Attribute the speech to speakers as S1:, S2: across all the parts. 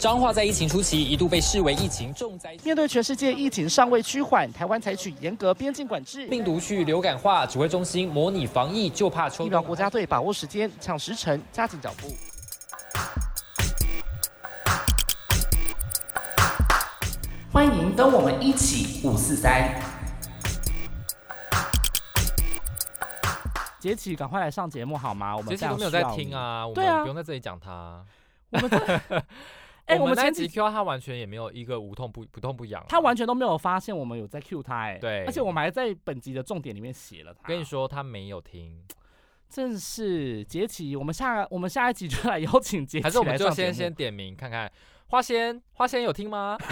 S1: 彰化在疫情初期一度被视为疫情重灾。
S2: 面对全世界疫情尚未趋缓，台湾采取严格边境管制，
S1: 病毒去流感化，指挥中心模拟防疫，就怕抽。
S2: 疫苗国家队把握时间，抢时辰，加紧脚步。欢迎跟我们一起五四三。杰奇，赶快来上节目好吗？我们
S3: 杰奇都没有在听，啊，我
S2: 对啊
S3: 们不用在这里讲他。
S2: 我们这哎、我
S3: 们
S2: 们
S3: 那一
S2: 前
S3: 集
S2: 几
S3: Q 他完全也没有一个无痛不不痛不痒啊。
S2: 他完全都没有发现我们有在 cue 他、哎，
S3: 对
S2: 而且我们还在本集的重点里面写了他。
S3: 跟你，说他没有听，
S2: 正是杰奇，我们下我们下一集就来邀请杰 奇
S3: 还是我们
S2: 来
S3: 就
S2: 上节
S3: 先
S2: 目
S3: 先点名看看花仙花仙有听 吗？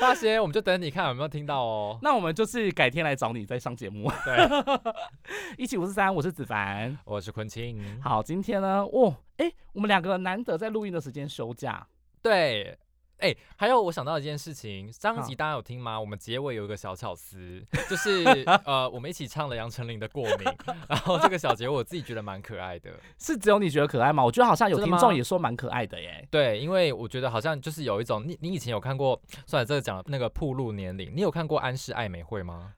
S3: 花仙，我们就等你看有没有听到哦。
S2: 那我们就是改天来找你再上节目。
S3: 对，
S2: 一起五四三，我是子凡。
S3: 我是昆清。
S2: 好，今天呢，哦，哎、我们两个难得在录音的时间休假，
S3: 对，哎、还有我想到一件事情，上一集
S2: 好
S3: 大家有听吗？我们结尾有一个小巧思， 就是呃，我们一起唱了杨丞琳的《过敏》，然后这个小结尾我自己觉得蛮可爱的。
S2: 是只有你觉得可爱吗？我觉得好像有
S3: 真的
S2: 听
S3: 吗
S2: 众也说蛮可爱的耶。
S3: 对，因为我觉得好像就是有一种你你以前有看过，算了，这个讲那个铺路年龄，你有看过安室爱美惠吗？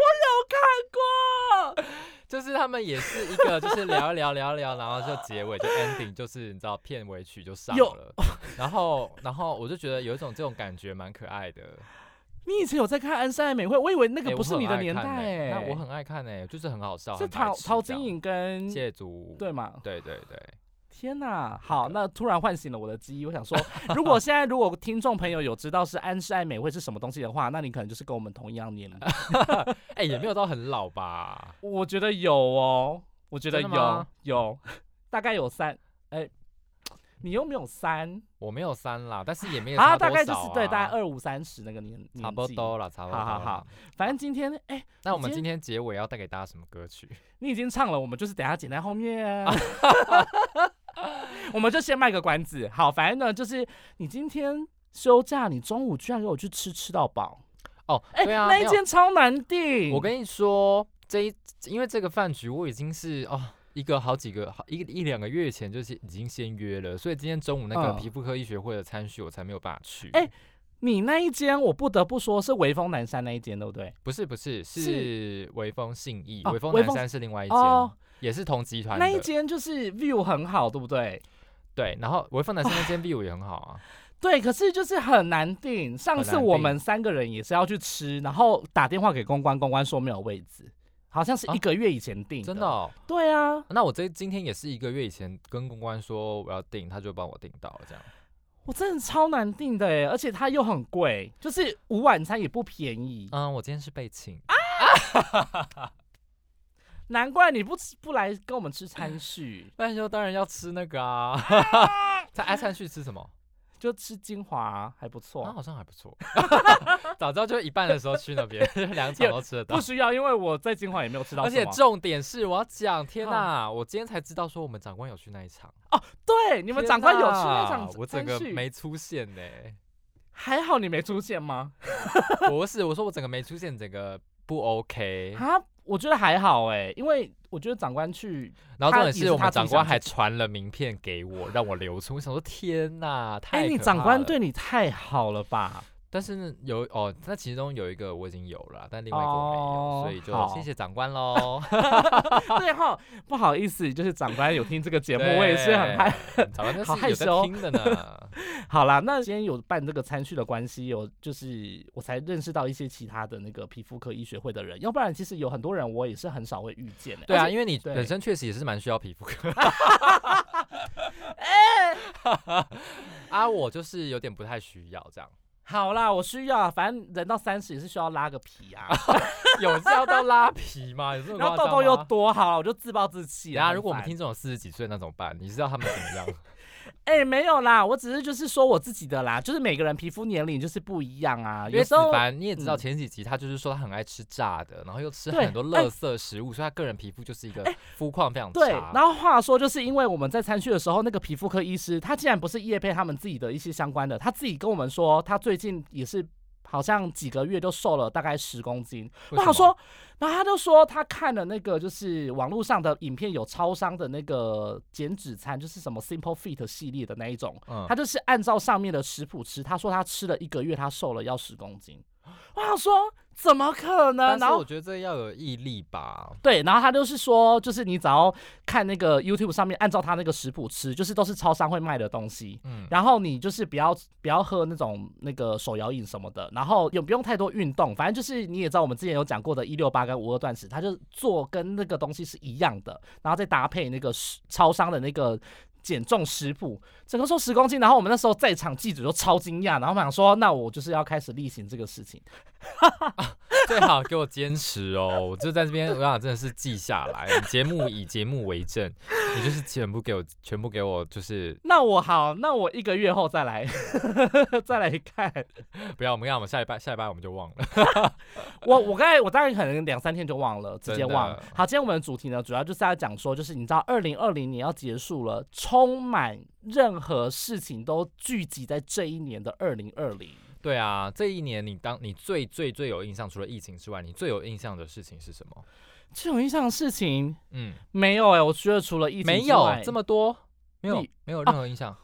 S2: 我有看过，
S3: 就是他们也是一个，就是聊一聊聊一聊，然后就结尾就 ending，就是你知道片尾曲就上
S2: 有
S3: 了，然后然后我就觉得有一种这种感觉蛮可爱的。
S2: 你以前有在看《安塞美惠》，我以为那
S3: 哎
S2: 个
S3: 我
S2: 不是
S3: 很
S2: 你的
S3: 爱
S2: 年代
S3: 看
S2: 哎、
S3: 欸那我很爱看哎、就是很好笑，
S2: 是
S3: 很白
S2: 陶
S3: 痴
S2: 陶
S3: 这
S2: 晶
S3: 样
S2: 莹跟
S3: 借足，
S2: 对嘛？
S3: 对对对，
S2: 天哪，好，那突然唤醒了我的记忆。我想说，如果现在如果听众朋友有知道是安室爱美惠是什么东西的话，那你可能就是跟我们同一样年龄。
S3: 哎、也没有到很老吧？
S2: 我觉得有哦，我觉得
S3: 真的
S2: 有
S3: 吗
S2: 有，大概有三，哎、你又没有三
S3: 我没有三啦，但是也没有差
S2: 啊，
S3: 多少、啊
S2: 大概就是对，大概二五三十那个年年纪
S3: 差不多。啦，差不多
S2: 好
S3: 啦。
S2: 好好反正今天哎、
S3: 那我
S2: 你
S3: 们
S2: 今
S3: 今天结尾要带给大家什么歌曲？
S2: 你已经唱了，我们就是等一下剪在后 面。我们就先卖个关子。好，反正呢，就是你今天休假，你中午居然给我去吃吃到饱。
S3: 哦，
S2: 哎、
S3: 对啊，
S2: 那
S3: 没
S2: 一
S3: 有
S2: 间超难订。
S3: 我跟你说，这一因为这个饭局我已经是哦。一个好几个好一一两个月前就是已经先约了，所以今天中午那个
S2: 嗯
S3: 皮肤科医学会的餐叙我才没有办法去。
S2: 哎你那一间，我不得不说是微风南山那一间，对不对？
S3: 不是不是
S2: 是
S3: 是微风信义，
S2: 哦
S3: 微风
S2: 微
S3: 南
S2: 风
S3: 山是另外一间，
S2: 哦
S3: 也是同集团
S2: 那一
S3: 的。
S2: 间就是 view 很好，对不对？
S3: 对，然后微风南山那间 view 也很好啊。
S2: 对，可是就是很难订。上
S3: 很
S2: 次
S3: 难
S2: 我
S3: 订
S2: 们三个人也是要去吃，然后打电话给公关，公关说没有位置，好像是
S3: 啊
S2: 一个月以前订、
S3: 真的、哦？
S2: 对啊，
S3: 那我这今天也是一个月以前跟公关说我要订，他就帮我订到了这样。
S2: 我真的超难订的哎，而且它又很贵，就是午晚餐也不便宜。
S3: 嗯，我今天是被请。，
S2: 难怪你不吃不来跟我们吃餐叙
S3: 半休当然要吃那个啊， 在爱餐去吃什么？啊
S2: 就吃精华还不错。
S3: 那好像还不错。 早知道就一半的时候去那边， 两场都吃得到
S2: 不。需要，因为我在精华也没有吃到
S3: 而
S2: 什么。
S3: 且重点是，我要讲，天哪！我今天才知道说我们长官有去那一场，
S2: 对你
S3: 你
S2: 们长官有吃那场
S3: 啊我整个
S2: 餐叙
S3: 没出现呢、
S2: 还好你没出现吗？
S3: 我不是，我说我整个没出现，整个不 OK。
S2: 啊，我觉得还好哎，因为我觉得长官去
S3: 然后重点
S2: 也
S3: 是
S2: 是
S3: 我
S2: 他
S3: 们
S2: 自己
S3: 长官
S2: 想
S3: 还传了名片给我，让我留存。我想说，天哪，太
S2: 哎，你
S3: 可
S2: 长
S3: 怕
S2: 官
S3: 了，
S2: 对你太好了 吧？
S3: 但是呢有哦，那其中有一个我已经有了，但另外一个我没有，
S2: 哦
S3: 所以就
S2: 好
S3: 谢谢长官喽。
S2: 对哈，不好意思，就是长官有听这个 节目，我也是很害
S3: 对，嗯长官那
S2: 好
S3: 是
S2: 害
S3: 有在
S2: 羞
S3: 听的呢。
S2: 好啦，那今天有办这个餐叙的关系，有就是我才认识到一些其他的那个皮肤科医学会的人，要不然其实有很多人我也是很少会遇见的、
S3: 对
S2: 而
S3: 啊，
S2: 且，
S3: 因为你
S2: 对
S3: 本身确实也是蛮需要皮肤科。
S2: 哎
S3: 啊，我就是有点不太需要这样，
S2: 好啦，我需要啊，反正人到三十也是需要拉个皮 啊，
S3: 有是要到拉皮吗？有这么
S2: 然后
S3: 夸
S2: 痘
S3: 张
S2: 痘又
S3: 吗
S2: 多，好啦我就自暴自弃
S3: 等
S2: 啊。
S3: 下
S2: 很
S3: 如果我们
S2: 烦
S3: 听，众有四十几岁那怎么办？你知道他们怎么 样？
S2: 哎、没有啦，我只是就是说我自己的啦，就是每个人皮肤年龄就是不一样啊，
S3: 因为
S2: 有
S3: 子
S2: 时候
S3: 凡你也知道
S2: 嗯
S3: 前几集他就是说他很爱吃炸的，然后又吃
S2: 对
S3: 很多
S2: 哎
S3: 垃圾食物，所以他个人皮肤就是一个肤况非常
S2: 对，
S3: 差。
S2: 然后话说，就是因为我们在参叙的时候，那个皮肤科医师他竟然不是叶配他们自己的一些相关的，他自己跟我们说，他最近也是好像几个月就瘦了大概十公斤。
S3: 为什
S2: 我
S3: 么
S2: 想说，然后他就说他看了那个就是网络上的影片，有超商的那个减脂餐，就是什么 Simple Fit 系列的那一种，
S3: 嗯
S2: 他就是按照上面的食谱吃。他说他吃了一个月，他瘦了要十公斤。我想说，怎么可能？
S3: 但是
S2: 然后
S3: 我觉得这要有毅力吧。
S2: 对，然后他就是说，就是你只要看那个 YouTube 上面，按照他那个食谱吃，就是都是超商会卖的东西。
S3: 嗯，
S2: 然后你就是不要不要喝那种那个手摇饮什么的，然后也不用太多运动，反正就是你也知道我们之前有讲过的一六八跟五二断食，它就做跟那个东西是一样的，然后再搭配那个食超商的那个减重食谱，整个瘦十公斤。然后我们那时候在场记者都超惊讶，然后我们想说，那我就是要开始例行这个事情。
S3: 最好给我坚持哦！我就在这 边，我俩真的是记下来。节目以节目为证，你就是全部给我，全部给我，就是
S2: 那我好，那我一个月后再来 再来看。
S3: 不要我们让我们下一拜，下一拜我们就忘了。
S2: 我我刚才我大概可能两三天就忘了，直接
S3: 真的
S2: 忘了。好，今天我们的主题呢，主要就是要讲说，就是你知道，二零二零年要结束了，充满任何事情都聚集在这一年的二零二零。
S3: 对啊，这一年你当你最最最有印象，除了疫情之外，你最有印象的事情是什么？
S2: 这种印象的事情
S3: 嗯，
S2: 没有哎、我觉得除了疫情
S3: 没
S2: 之
S3: 有
S2: 外
S3: 这，么多，没有
S2: 例
S3: 没有任何印象。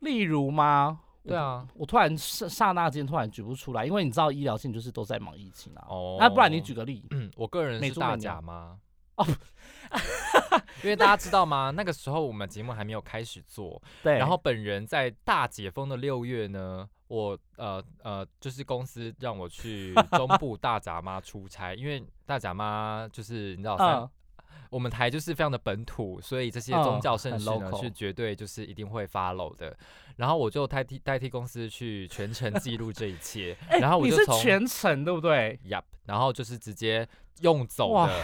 S2: 例如吗？
S3: 对啊，
S2: 我突然刹刹那间突然举不出来，因为你知道医疗性就是都在忙疫情啊。
S3: 哦
S2: 那不然你举个例，
S3: 嗯，我个人
S2: 美
S3: 是
S2: 猪
S3: 大
S2: 美
S3: 甲
S2: 牛
S3: 妈。
S2: 哦
S3: 因为大家知道吗？那个时候我们节目还没有开始做，
S2: 对，
S3: 然后本人在大解封的六月呢，我呃呃，就是公司让我去中部大甲妈出差，因为大甲妈就是你知道三，
S2: 嗯，
S3: 我们台就是非常的本土，所以这些
S2: 嗯
S3: 宗教盛
S2: 很
S3: 事呢、
S2: local
S3: 是绝对就是一定会 follow 的。然后我就代替代替公司去全程记录这一切，
S2: 哎
S3: 然后我
S2: 你
S3: 就是从
S2: 全程对不对？
S3: Yup，然后就是直接用走
S2: 哇
S3: 的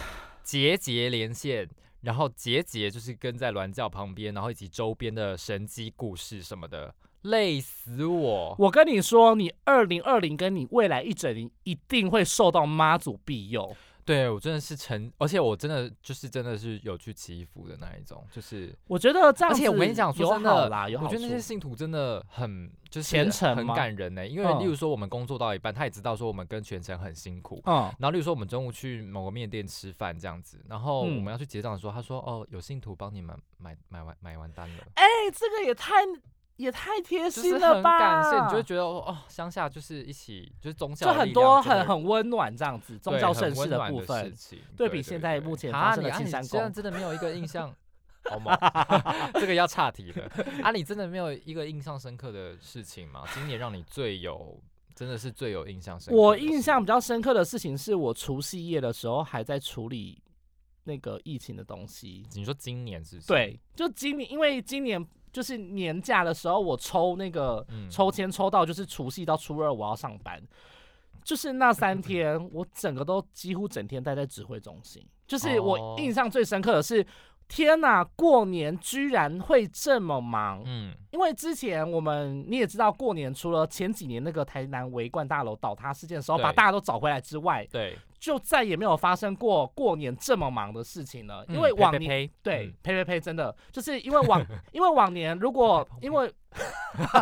S3: 节节连线，然后节节就是跟在鸾教旁边，然后以及周边的神机故事什么的，累死我！
S2: 我跟你说，你二零二零跟你未来一整年一定会受到妈祖庇佑。
S3: 对我真的是沉，而且我真的就是真的是有去祈福的那一种，就是
S2: 我觉得这样
S3: 而
S2: 子
S3: 且
S2: 有
S3: 我跟你讲说真的
S2: 好啦，有好
S3: 我
S2: 处。
S3: 觉得那些信徒真的很就是
S2: 虔诚
S3: 很
S2: 吗
S3: 感人呢、因为
S2: 嗯
S3: 例如说我们工作到一半，他也知道说我们跟全程很辛苦，
S2: 嗯，
S3: 然后，例如说我们中午去某个面店吃饭这样子，然后我们
S2: 嗯
S3: 要去结账的时候，他说：“哦，有信徒帮你们买买完买完单了。
S2: 哎、这个也太也太贴
S3: 就是
S2: 心
S3: 很
S2: 了吧？
S3: 感谢，你就会觉得哦，哦乡下就是一起就是宗教
S2: 就
S3: 的
S2: 很
S3: 力
S2: 多
S3: 量真的
S2: 很很温暖这样子，宗
S3: 对
S2: 教
S3: 很
S2: 盛世
S3: 温暖
S2: 部
S3: 的
S2: 分
S3: 事。情，
S2: 对比现在目前发
S3: 啊
S2: 生
S3: 你
S2: 的
S3: 啊
S2: 青
S3: 你
S2: 山
S3: 这样
S2: 宫
S3: 真的没有一个印 象，好吗？这个要岔题了啊！你真的没有一个印象深刻的事情吗？今年让你最有真的是最有印象深刻的事，
S2: 我印象比较深刻的事情是我除夕夜的时候还在处理那个疫情的东西。
S3: 你说今年是不是？
S2: 对，就今年，因为今年就是年假的时候，我抽那个
S3: 嗯
S2: 抽签抽到就是除夕到初二我要上班，就是那三天我整个都几乎整天待在指挥中心，就是
S3: 哦
S2: 我印象最深刻的是。天呐，过年居然会这么忙！
S3: 嗯，
S2: 因为之前我们你也知道，过年除了前几年那个台南维冠大楼倒塌事件的时候
S3: 对
S2: 把大家都找回来之外，
S3: 对，
S2: 就再也没有发生过过年这么忙的事情了。因
S3: 嗯
S2: 为
S3: 呸
S2: 往
S3: 呸
S2: 年
S3: 呸
S2: 对
S3: 嗯，
S2: 呸呸呸，真的就是因为 往因为往年如果
S3: 呸呸呸
S2: 因为，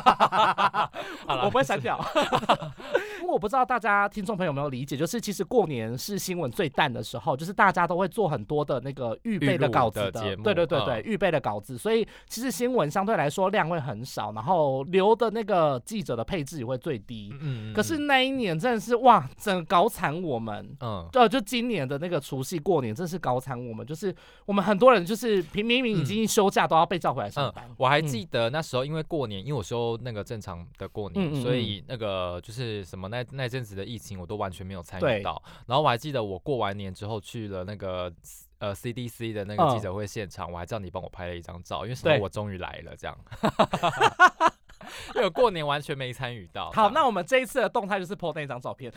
S3: 好啦
S2: 我不会删掉， 因为我不知道大家听众朋友有没有理解，就是其实过年是新闻最淡的时候，就是大家都会做很多的那个预备的稿子
S3: 预录的节目
S2: 对对对
S3: 嗯
S2: 对，预备的稿子，所以其实新闻相对来说量会很少，然后留的那个记者的配置也会最低。
S3: 嗯嗯
S2: 可是那一年真的是哇，整搞惨我们。
S3: 嗯，
S2: 对，呃就今年的那个除夕过年，真是搞惨我们。就是我们很多人就是平明
S3: 嗯
S2: 明已经休假，都要被叫回来上班。
S3: 我还
S2: 嗯
S3: 记得那时候，因为过年，因为我休那个正常的过年，
S2: 嗯嗯
S3: 所以那个就是什么那那阵子的疫情，我都完全没有参与
S2: 对
S3: 到。然后我还记得我过完年之后去了那个呃 CDC 的那个
S2: 嗯
S3: 记者会现场，我还叫你帮我拍了一张照，因为什么
S2: 对
S3: 我终于来了这样。 因为我过年完全没参与到。
S2: 好，
S3: 这
S2: 那
S3: 样
S2: 我们这一次的动态就是 PO 那张照片，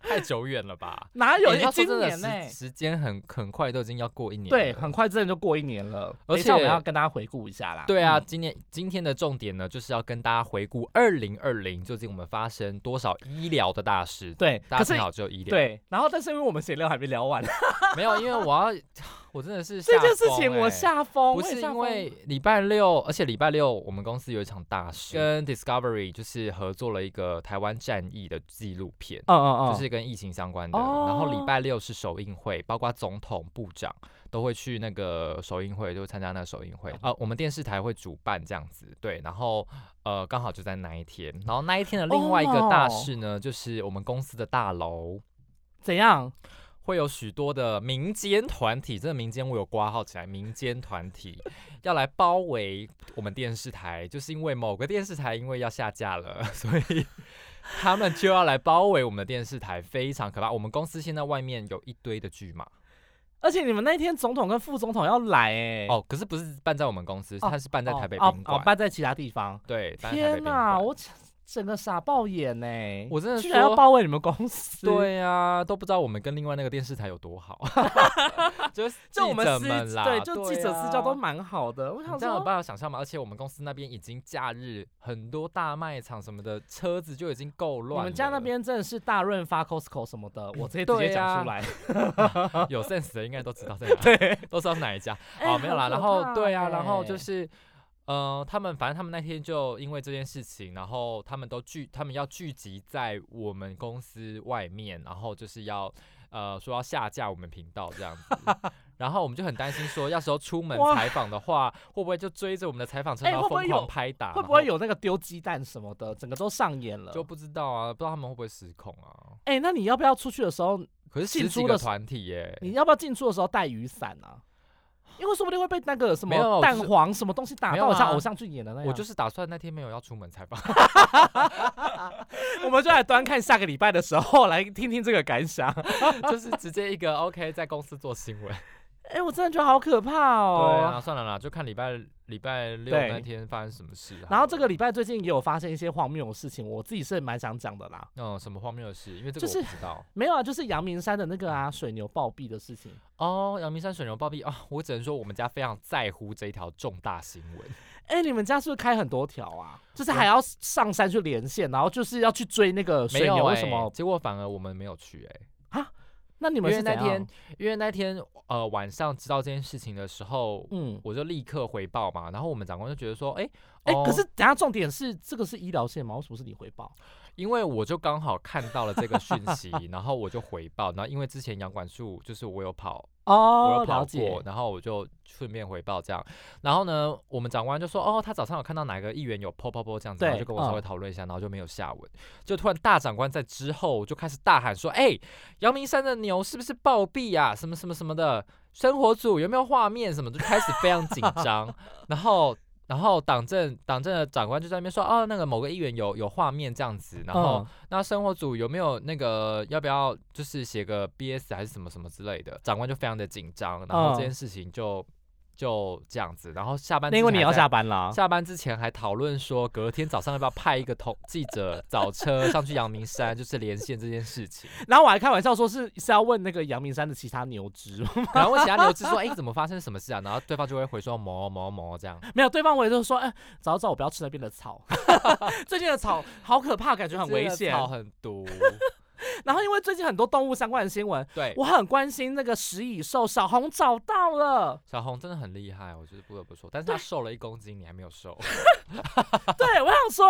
S3: 太久远了吧？
S2: 哪有？
S3: 哎你
S2: 哎
S3: 要说
S2: 今
S3: 真的，
S2: 年
S3: 时
S2: 呢、
S3: 时间很很快，都已经要过一年了。
S2: 对，很快真的就过一年了。
S3: 而
S2: 等一下
S3: 且
S2: 我们要跟大家回顾一下啦。
S3: 对啊，
S2: 嗯，
S3: 今年今天的重点呢，就是要跟大家回顾二零二零究竟我们发生多少医疗的大事。
S2: 对。
S3: 大家
S2: 可是
S3: 幸好只有医疗，
S2: 对，然后但是因为我们闲聊还没聊完，
S3: 没有，因为我要 我真的是
S2: 这
S3: 吓
S2: 件事
S3: 疯
S2: 情我
S3: 欸
S2: 吓疯，
S3: 不
S2: 我也
S3: 是
S2: 吓
S3: 因
S2: 疯
S3: 为礼拜六，而且礼拜六我们公司有一场大
S2: 嗯
S3: 事，跟 Discovery 就是合作了一个台湾战役的纪录片。
S2: 嗯嗯嗯，
S3: 就是跟疫情相关的，
S2: 哦
S3: 然后礼拜六是首映会，包括总统、部长都会去那个首映会，就参加那个首映会。呃，我们电视台会主办这样子，对，然后呃刚好就在那一天，然后那一天的另外一个大事呢，就是我们公司的大楼
S2: 怎样？
S3: 会有许多的民间团体，这个民间我有挂号起来，民间团体 要来包围我们电视台，就是因为某个电视台因为要下架了， 所以他们就要来包围我们的电视台，非常可怕。我们公司现在外面有一堆的巨马
S2: 而且你们那天总统跟副总统要来哎、
S3: 哦，可是不是办在我们公司，它是办在台北
S2: 哦
S3: 宾
S2: 哦哦
S3: 馆，
S2: 搬在其他地方。
S3: 对，办在台北
S2: 天
S3: 宾
S2: 哪，
S3: 馆
S2: 我整个傻爆眼呢、
S3: 我真的
S2: 居然要
S3: 说
S2: 包围你们公司，，
S3: 对呀、都不知道我们跟另外那个电视台有多 好， 就是
S2: 就我们
S3: 记者
S2: 私
S3: 们啦，
S2: 对，就记者
S3: 啊
S2: 私交都蛮好的。我想
S3: 你这样有
S2: 说，
S3: 办法想象吗？而且我们公司那边已经假日很多大卖场什么的车子就已经够
S2: 你
S3: 乱了。
S2: 们家那边真的是大润发、Costco 什么的，我直接直
S3: 对
S2: 接讲
S3: 啊
S2: 出来。
S3: 有 sense 的应该都知道在哪，里，都知道是哪一家。
S2: 哎
S3: 哦，没有啦，
S2: 好可
S3: 然后
S2: 怕
S3: 对啊，然后
S2: 哎
S3: 就是。呃，他们反正他们那天就因为这件事情，然后他们都聚，他们要聚集在我们公司外面，然后就是要呃说要下架我们频道这样 子，然后我们就很担心说，要时候出门
S2: 哇
S3: 采访的话，会不会就追着我们的采访车，
S2: 哎
S3: 然
S2: 会
S3: 后
S2: 不会
S3: 疯狂
S2: 有
S3: 拍打？
S2: 会
S3: 然
S2: 不会
S3: 后
S2: 有那个丢鸡蛋什么的，整个都上演了？
S3: 就不知道啊，不知道他们会不会失控啊。
S2: 哎、那你要不要出去的时候，
S3: 可是
S2: 进
S3: 十几
S2: 出
S3: 个
S2: 的时
S3: 团体耶、
S2: 你要不要进出的时候带雨伞啊？因为说不定会被那个什
S3: 没有
S2: 么
S3: 我
S2: 蛋
S3: 就是
S2: 黄什么东西打
S3: 没有
S2: 到，像
S3: 啊
S2: 偶像剧演的那样。
S3: 我就是打算那天没有要出门 采访。
S2: 我们就来端看下个礼拜的时候来听听这个感想。
S3: 就是直接一个 OK 在公司做新闻。
S2: 哎、我真的觉得好可怕哦。
S3: 对啊，算了啦，就看礼拜礼拜六
S2: 对
S3: 那天发生什么事好了。
S2: 然后这个礼拜最近也有发生一些荒谬的事情，我自己是蛮想讲的啦。
S3: 嗯，什么荒谬的事？因为这
S2: 就
S3: 个
S2: 是
S3: 我不知 道。
S2: 没有啊，就是阳明山的那个啊水牛暴毙的事情。
S3: 哦，阳明山水牛暴毙啊！我只能说我们家非常在乎这一条重大新闻。
S2: 哎、你们家是不是开很多条啊？就是
S3: 我
S2: 还要上山去连线，然后就是要去追那个
S3: 没
S2: 水
S3: 有、
S2: 牛，
S3: 欸，
S2: 为什么？
S3: 结果反而我们没有去、欸，
S2: 那你
S3: 因
S2: 们
S3: 为
S2: 是
S3: 那
S2: 怎
S3: 天
S2: 样？，
S3: 因为那天呃晚上知道这件事情的时候，
S2: 嗯，
S3: 我就立刻回报嘛。然后我们长官就觉得说，哎、
S2: 哎、
S3: 哦
S2: 可是等一下重点是这个是医疗线吗？为什么是你回报？
S3: 因为我就刚好看到了这个讯息，然后我就回报。然后因为之前杨管束就是我有跑，我
S2: 哦
S3: 有跑
S2: 了解
S3: 过，。然后我就顺便回报这样。然后呢，我们长官就说，哦，他早上有看到哪个议员有 po po po 这样子，然后就
S2: 对
S3: 跟我稍
S2: 嗯
S3: 微讨论一下，然后就没有下文。就突然大长官在之后就开始大喊说，哎、阳明山的牛是不是暴毙啊？什么什么什么的，生活组有没有画面什么？就开始非常紧张，然后。然后党政党政的长官就在那边说，哦，那个某个议员有有画面这样子，然后、
S2: 嗯
S3: 那生活组有没有那个要不要就是写个 BS 还是什么什么之类的？长官就非常的紧张，然后这件事情就、就这样子，然后下班
S2: 嗯那因为你要
S3: 班。
S2: 下班啦。
S3: 下班之前还讨论说，隔天早上要不要派一个同记者早车上去阳明山，就是连线这件事 情。
S2: 然后我还开玩笑说是是要问那个阳明山的其他牛只，
S3: 然后问其他牛只说：“哎、怎么发生什么事啊？”然后对方就会回说：“某某某这样。
S2: 没有对方我也就说，哎、早知道我不要吃那边 的草，最近的草好可怕，感”觉很危险。
S3: 草很 毒。
S2: 然后因为最近很多动物相关的新闻，
S3: 对，
S2: 我很关心那个食蚁兽小红找 到了，
S3: 小红真的很厉害，我就是不得不说。但是她瘦了一公斤，你还没有瘦。
S2: 对我想说，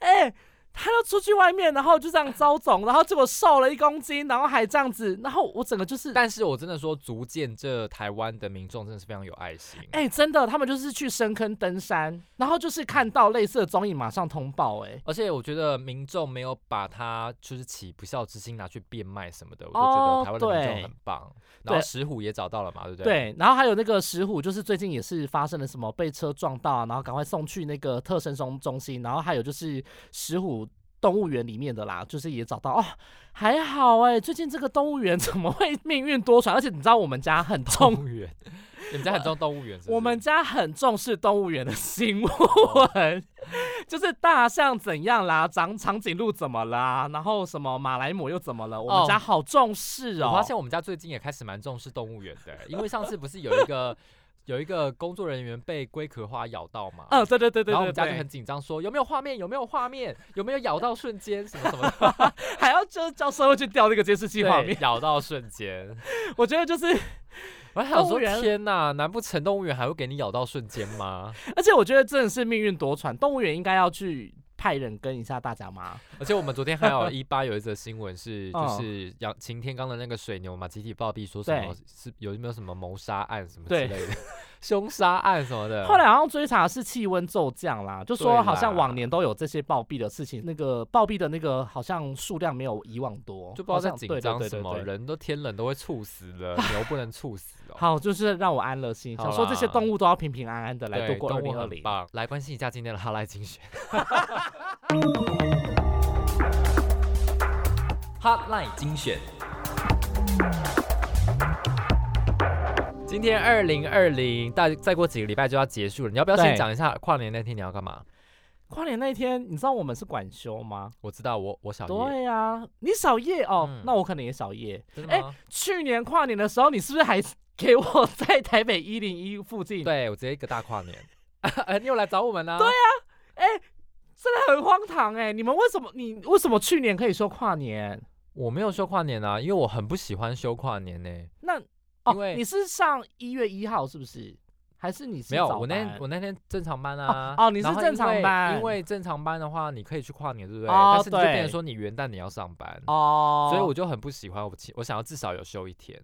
S2: 哎、它就出去外面，然后就这样遭肿，然后结果瘦了一公斤，然后还这样子，然后我整个就是，
S3: 但是我真的说，足见这台湾的民众真的是非常有爱心。
S2: 哎、真的，他们就是去深坑登山，然后就是看到类似的综艺，马上通报、哎。
S3: 而且我觉得民众没有把他就是起不孝之心拿去变卖什么的，我就觉得
S2: 哦
S3: 台湾的民
S2: 对
S3: 众很棒。然后
S2: 对
S3: 石虎也找到了嘛，对不对？
S2: 对，然后还有那个石虎，就是最近也是发生了什么被车撞到啊，然后赶快送去那个特生中中心，然后还有就是石虎动物园里面的啦，就是也找到哦，还好哎、最近这个动物园 怎么会命运多舛？而且你知道我们家 很
S3: 动
S2: 重，
S3: 物园，你们家很重动物园是不是
S2: 我们家很重视动物园的新
S3: 哦
S2: 闻， 就是大象怎样啦，长长颈鹿怎么啦，然后什么马来貘又怎么了，我们
S3: 哦
S2: 家好重视哦。
S3: 我发现我们家最近也开始蛮重视动物园的，因为上次不是有一个有一个工作人员被龟壳花咬到嘛？
S2: 嗯，对对对对
S3: 然后我们
S2: 对
S3: 家就
S2: 对
S3: 很，紧张，说有没有画面？有没有画面？有没有咬到瞬间？什么什么 的
S2: 还要就叫社会去调那个监视器画面
S3: 对，，咬到瞬间。
S2: 我觉得就是
S3: 我还想
S2: 动物
S3: 说，
S2: 园
S3: 天哪，难不成动物园还会给你咬到瞬间 吗？
S2: 而且我觉得真的是命运多舛，动物园应该要去派人跟一下大家嘛。
S3: 而且我们昨天还有一八有一则新闻是，就
S2: 嗯
S3: 是杨擎天刚的那个水牛嘛，集体暴毙，说什么是有没有什么谋杀案什么之
S2: 对
S3: 类的，凶杀案什么的。
S2: 后来好像追查是气温骤降啦，就
S3: 嗯对
S2: 说
S3: 啦
S2: 好像往年都有这些暴毙的事情，那个暴毙的那个好像数量没有以往多，
S3: 就不知道在
S2: 好像
S3: 紧
S2: 对对
S3: 张
S2: 对
S3: 什
S2: 对
S3: 么，
S2: 对
S3: 人都天冷都会猝死 了，牛不能猝死哦。
S2: 好，就是让我安了心，
S3: 好
S2: 想说这些
S3: 啦
S2: 动物都要平平安安的来
S3: 对
S2: 度过二
S3: 动
S2: 零
S3: 物
S2: 二
S3: 很
S2: 零。
S3: 棒。来关心一下今天的哈拉精选。
S1: Hotline 精选，
S3: 今天二零二零，大再过几个礼拜就要结束了，你要不要
S2: 对
S3: 先讲一下跨年那天你要干嘛？
S2: 跨年那天，你知道我们是管休吗？
S3: 我知道我我小夜，
S2: 对呀、你少夜哦，
S3: 嗯
S2: 那我可能也少夜。
S3: 真的
S2: 哎
S3: 吗？
S2: 去年跨年的时候，你是不是还 给我在台北一零一附近？，
S3: 对我直接一个大跨年， 呃你有来找我们啊？对啊，
S2: 哎、真的很荒唐哎、你们为什么？你为什么去年可以说跨年？
S3: 我没有休跨年啊，因为我很不喜欢休跨年呢、
S2: 那哦
S3: 因为，
S2: 你是上一月一号是不是？还是你是
S3: 没有，
S2: 早
S3: 我那天
S2: 班
S3: 我那天正常班啊。
S2: 哦哦你是
S3: 然后
S2: 正常
S3: 因为
S2: 班
S3: 因为正常班的话，你可以去跨年，对不对？
S2: 哦
S3: 但是你就变成
S2: 对
S3: 说你元旦你要上班，
S2: 哦，
S3: 所以我就很不喜欢。我其我想要至少有休一天。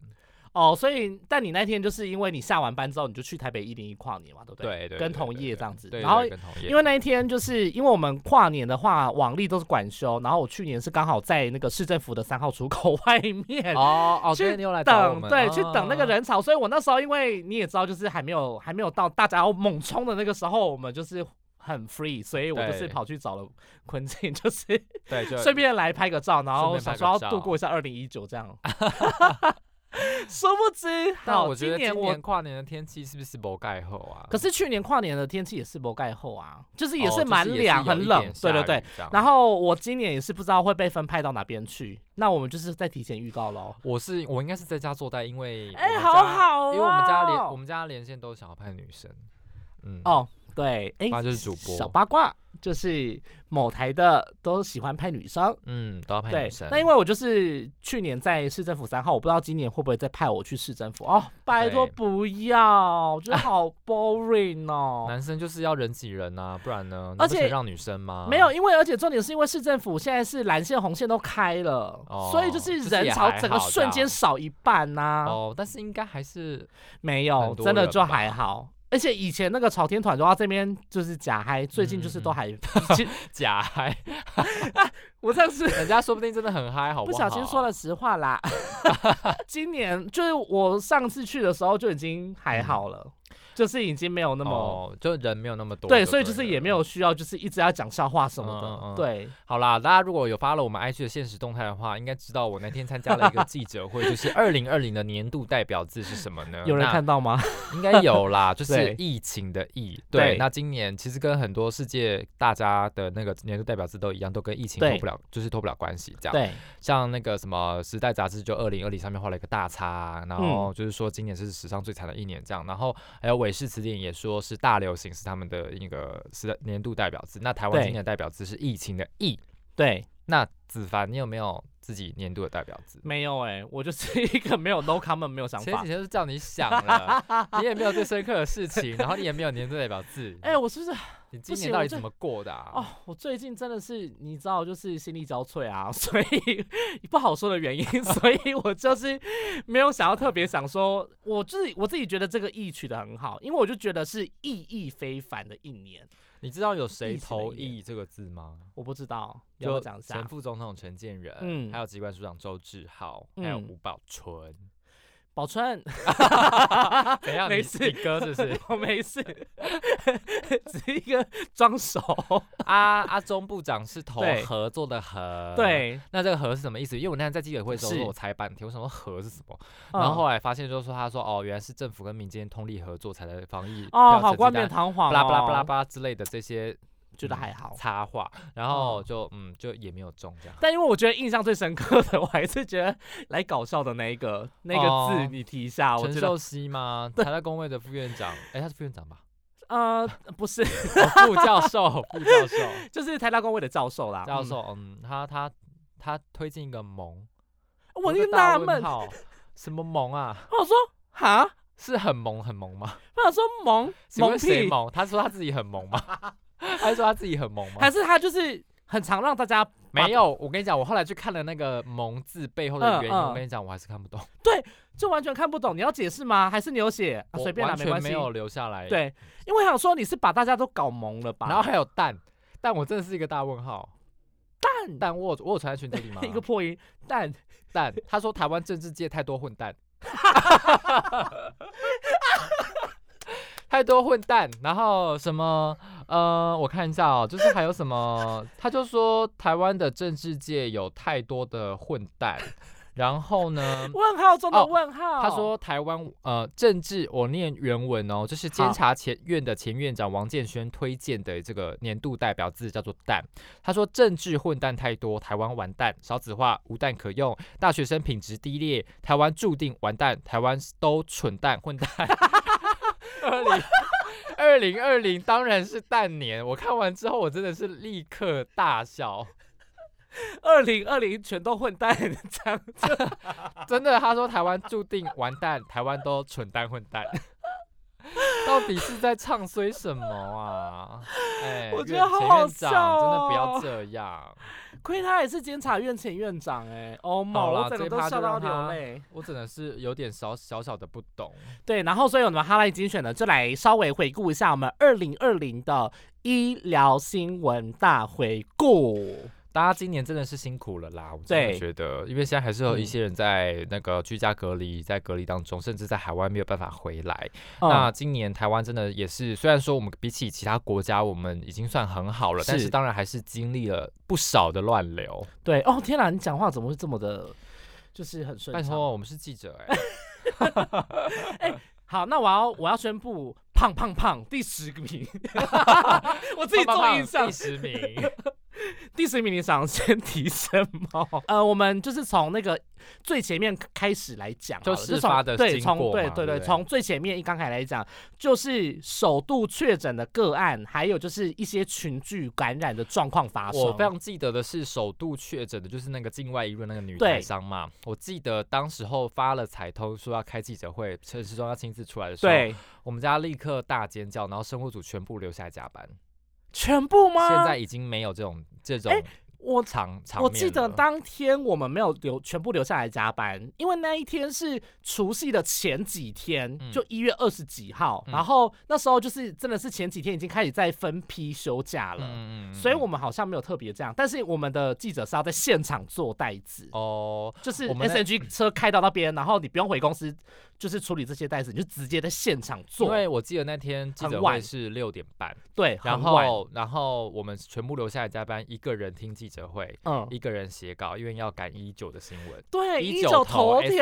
S2: 哦，所以但你那天就是因为你下完班之后，你就去台北一零一跨年嘛，对不对？
S3: 对对，
S2: 跟
S3: 对
S2: 同
S3: 对
S2: 业
S3: 对
S2: 这样子
S3: 对，
S2: 然后
S3: 对跟同业
S2: 因为那一天就是因为我们跨年的话，往例都是管休，然后我去年是刚好在那个市政府的三号出口外面。
S3: 哦哦，对
S2: 去
S3: 你有来找我
S2: 等
S3: 们
S2: 对，去等那个。
S3: 哦
S2: 人潮，所以我那时候因为你也知道，就是还没有还没有到大家要猛冲的那个时候，我们就是很 free，所以我就是
S3: 对
S2: 跑去找了坤庆， 就是
S3: 对，就
S2: 顺便来拍个照，然后想说
S3: 顺便拍
S2: 要
S3: 个照
S2: 度过一下二零一九 这样。殊不知，
S3: 但
S2: 好，
S3: 我觉得
S2: 年
S3: 今
S2: 我
S3: 年跨年的天气是不是不盖后啊？
S2: 可是去年跨年的天气也是不盖厚啊，就是也
S3: 哦
S2: 是
S3: 就
S2: 蛮
S3: 也
S2: 凉，
S3: 有
S2: 很
S3: 一
S2: 冷
S3: 点，
S2: 对对
S3: 下
S2: 对
S3: 雨。啊这样
S2: 然后我今年也是不知道会被分派到哪边去，那我们就是在提前预告喽。
S3: 我是我应该是在家做代，因为
S2: 哎
S3: 我们
S2: 好
S3: 家
S2: 好
S3: 因为我们家连
S2: 哦
S3: 我们家连线都想要派女生，嗯，
S2: 哦，对，哎，
S3: 爸就是主播
S2: 小八卦就是某台的都喜欢派女生。
S3: 嗯，都要派
S2: 对
S3: 女生，。
S2: 那因为我就是去年在市政府三号，我不知道今年会不会再派我去市政府哦。拜托
S3: 对
S2: 不要，我觉得好 boring 哦。
S3: 男生就是要人挤人啊，不然呢？
S2: 而
S3: 你不是
S2: 且
S3: 让女生吗？
S2: 没有，因为而且重点是因为市政府现在是蓝线、红线都开了，
S3: 哦
S2: 所以就是
S3: 就是
S2: 人
S3: 也
S2: 潮
S3: 还
S2: 整个
S3: 好
S2: 瞬
S3: 这
S2: 间
S3: 样
S2: 少一半呐、
S3: 哦，但是应该还是
S2: 没
S3: 很
S2: 有，
S3: 多
S2: 真的
S3: 人
S2: 就
S3: 吧
S2: 还好。而且以前那个朝天团的话，这边就是假嗨，最近就是都
S3: 嗯嗯嗯
S2: 还，
S3: 假嗨，
S2: 我上次
S3: 人家说不定真的很嗨，好
S2: 不
S3: 好？
S2: 小心说了实话 啦。今年就是我上次去的时候就已经还
S3: 嗯
S2: 好了，就是已经没有那么、
S3: 哦，就人没有那么多，
S2: 对，所以就是
S3: 了
S2: 也没有需要就是一直要讲笑话什么的，
S3: 嗯嗯嗯
S2: 对。
S3: 好啦，大家如果有发了我们 IG 的现实动态的话，应该知道我那天参加了一个记者会，就是二零二零的年度代表字是什么呢？
S2: 有人
S3: 那
S2: 看到吗？
S3: 应该有 啦，就是
S2: 对
S3: 疫情的疫。
S2: 对
S3: 对，那今年其实跟很多世界大家的那个年度代表字都一样，都跟疫情
S2: 对
S3: 脱不了，就是脱不了关系。这样，
S2: 对，
S3: 像那个什么《时代》杂志就二零二零上面画了一个大叉，啊然
S2: 嗯
S3: 后就是说今年是史上最惨的一年这样，然后还有韦氏词典也说是大流行是他们的那个时代年度代表字，那台湾
S2: 对
S3: 今年的代表字是疫情的疫。
S2: 对，
S3: 那子凡，你有没有自己年度的代表字？
S2: 没有哎、我就是一个没有 no comment 没有想
S3: 前
S2: 法
S3: 几。天就叫你想了，你也没有最深刻的事情，然后你也没有年度代表字。
S2: 哎、我是不是
S3: 你今
S2: 不
S3: 年
S2: 行
S3: 到
S2: 我
S3: 底
S2: 这
S3: 怎么过的啊？
S2: 哦？我最近真的是你知道，就是心力交瘁啊， 所以不好说的原因， 所以我就是没有想要特别想说，我自己我自己觉得这个意取得很好，因为我就觉得是意义非凡的一年。
S3: 你知道有谁
S2: 意思的
S3: 投“
S2: 意
S3: 意”这个字吗？
S2: 我不知道
S3: 就
S2: 要不要讲一
S3: 前
S2: 下，
S3: 副总统陈建仁，
S2: 嗯
S3: 还有机关署长周志浩，还有
S2: 嗯
S3: 吴宝春。
S2: 宝川，
S3: 怎 样？
S2: 啊没
S3: 你
S2: 事？
S3: 你哥是不是
S2: 我没事， 只是一个装熟。
S3: 阿阿啊中部长是投
S2: 对
S3: 合作的合，。
S2: 对，
S3: 那这个合是什么意思？因为我那天在记者会的时
S2: 是
S3: 候，我猜半天，我想说合是什么？然后
S2: 嗯
S3: 后来发现，就是说他说哦，原来是政府跟民间通力合作才能防疫
S2: 哦，
S3: 要
S2: 好
S3: 成绩
S2: 冠
S3: 单
S2: 冕堂皇、
S3: 巴拉
S2: 哦，
S3: 巴拉巴拉巴嗯拉之类的这些
S2: 觉得还好。
S3: 插画，然后
S2: 嗯
S3: 就嗯就也没有中这样。
S2: 但因为我觉得印象最深刻的，我还是觉得来搞笑的那一个那个字
S3: 哦，
S2: 你提一下，我
S3: 陈
S2: 觉得
S3: 寿熙吗？台大工会的副院长，哎，他是副院长吧？
S2: 呃不是，
S3: 哦副教授，副教授，
S2: 就是台大工位的教授啦，
S3: 教
S2: 嗯。
S3: 授，嗯，他他他推进一个盟，
S2: 我
S3: 就
S2: 就纳
S3: 大问
S2: 闷，
S3: 号，什么盟啊？
S2: 我说啊，
S3: 哈，是很萌很萌吗？
S2: 我想说萌
S3: 请
S2: 萌
S3: 问谁
S2: 屁，
S3: 萌？他说他自己很萌吗？ 他说他自己很萌吗
S2: 还？是他就是很常让大家
S3: 没有，我跟你讲，我后来去看了那个“萌”字背后的
S2: 嗯
S3: 原因，我
S2: 嗯
S3: 跟你讲，我还是看不懂，
S2: 就完全看不懂，你要解释吗？还是你有写？啊
S3: 我
S2: 随、便啦，
S3: 完
S2: 没
S3: 全
S2: 关
S3: 没
S2: 系。
S3: 有留下来。，
S2: 对，因为我想说你是把大家都搞懵了吧？
S3: 然后 还有蛋，蛋我真的是一个大问号。蛋蛋，我有我有传在群组里吗？
S2: 一个破音，但？
S3: 嗯蛋，他说台湾政治界太多混蛋，太多混蛋。然后什么？呃，我看一下哦，就是还有什么？他就说台湾的政治界有太多的混蛋。然后呢
S2: 问号中的
S3: 哦
S2: 问号。
S3: 他说台湾呃政治，我念原文哦，就是监察前院的前院长王建轩推荐的这个年度代表字叫做“蛋”。他说政治混蛋太多，台湾完蛋，少子化无蛋可用，大学生品质低劣，台湾注定完蛋，台湾都蠢蛋混 蛋。二零二零二零当然是蛋年，我看完之后我真的是立刻大笑。
S2: 二零二零全都混蛋， 这样
S3: 真的，他说台湾注定完蛋，台湾都蠢蛋混蛋。到底是在唱衰什么啊？哎、
S2: 我觉
S3: 院
S2: 得好好
S3: 前院长真的不
S2: 笑
S3: 要
S2: 哦
S3: 这样。
S2: 亏他也是监察院前院长哎、哦
S3: 好
S2: 某，
S3: 啦
S2: 我
S3: 这
S2: 整个
S3: 一
S2: 都
S3: 趴
S2: 笑
S3: 就
S2: 到
S3: 让
S2: 流
S3: 他
S2: 泪。
S3: 我只能是有点小小小的不懂。
S2: 对，然后所以我们哈拉精选呢，就来稍微回顾一下我们二零二零的医疗新闻大回顾。
S3: 大家今年真的是辛苦了啦，我真
S2: 对
S3: 的觉得，因为现在还是有一
S2: 嗯
S3: 些人在那个居家隔离，在隔离当中，甚至在海外没有办法回来。
S2: 嗯
S3: 那今年台湾真的也是，虽然说我们比起其他国家，我们已经算很好了，但
S2: 是
S3: 是当然还是经历了不少的乱流。
S2: 对，哦天哪，你讲话怎么会这么的，就是很顺
S3: 拜
S2: 畅？
S3: 托，我们是记者哎、
S2: 好，那我要我要宣布，胖胖胖第十 名，我 自己
S3: 棒棒
S2: 做
S3: 棒
S2: 印象
S3: 第，十 名。
S2: 第十名你想先提什么？呃，我们就是从那个最前面开始来讲好了，
S3: 就
S2: 从
S3: 事发的
S2: 对，
S3: 经
S2: 从
S3: 过
S2: 对
S3: 嘛
S2: 对
S3: 对不
S2: 对，
S3: 对
S2: 从最前面一刚开始来讲，就是首度确诊的个案，还有就是一些群聚感染的状况发生。
S3: 我非常记得的是，首度确诊的就是那个境外一润那个女
S2: 对
S3: 台商嘛。我记得当时候发了彩通说要开记者会，陈时中要亲自出来的时候，
S2: 对，
S3: 我们家立刻大尖叫，然后生活组全部留下来加班。
S2: 全部吗？
S3: 现在已经没有这种这种
S2: 哎我
S3: 场场面
S2: 我记得
S3: 了
S2: 当天我们没有留全部留下来加班，因为那一天是除夕的前几天，
S3: 嗯
S2: 就一月二十几号，
S3: 嗯
S2: 然后那时候就是真的是前几天已经开始在分批休假了。
S3: 嗯嗯嗯
S2: 所以
S3: 嗯
S2: 我们好像没有特别这样，但是我们的记者是要在现场做袋子，
S3: 哦，
S2: 就是
S3: 我们
S2: S
S3: 那
S2: N G 车开到那边，然后你不用回公司，就是处理这些袋子，你就直接在现场
S3: 因
S2: 做。
S3: 为我记得那天记
S2: 很
S3: 者
S2: 晚
S3: 会是六点半，
S2: 对，
S3: 然
S2: 很晚
S3: 后然后我们全部留下来加班，一个人听记者会，
S2: 嗯，
S3: 一个人写稿，因为要赶一九的新闻，
S2: 对，一
S3: 九
S2: 头条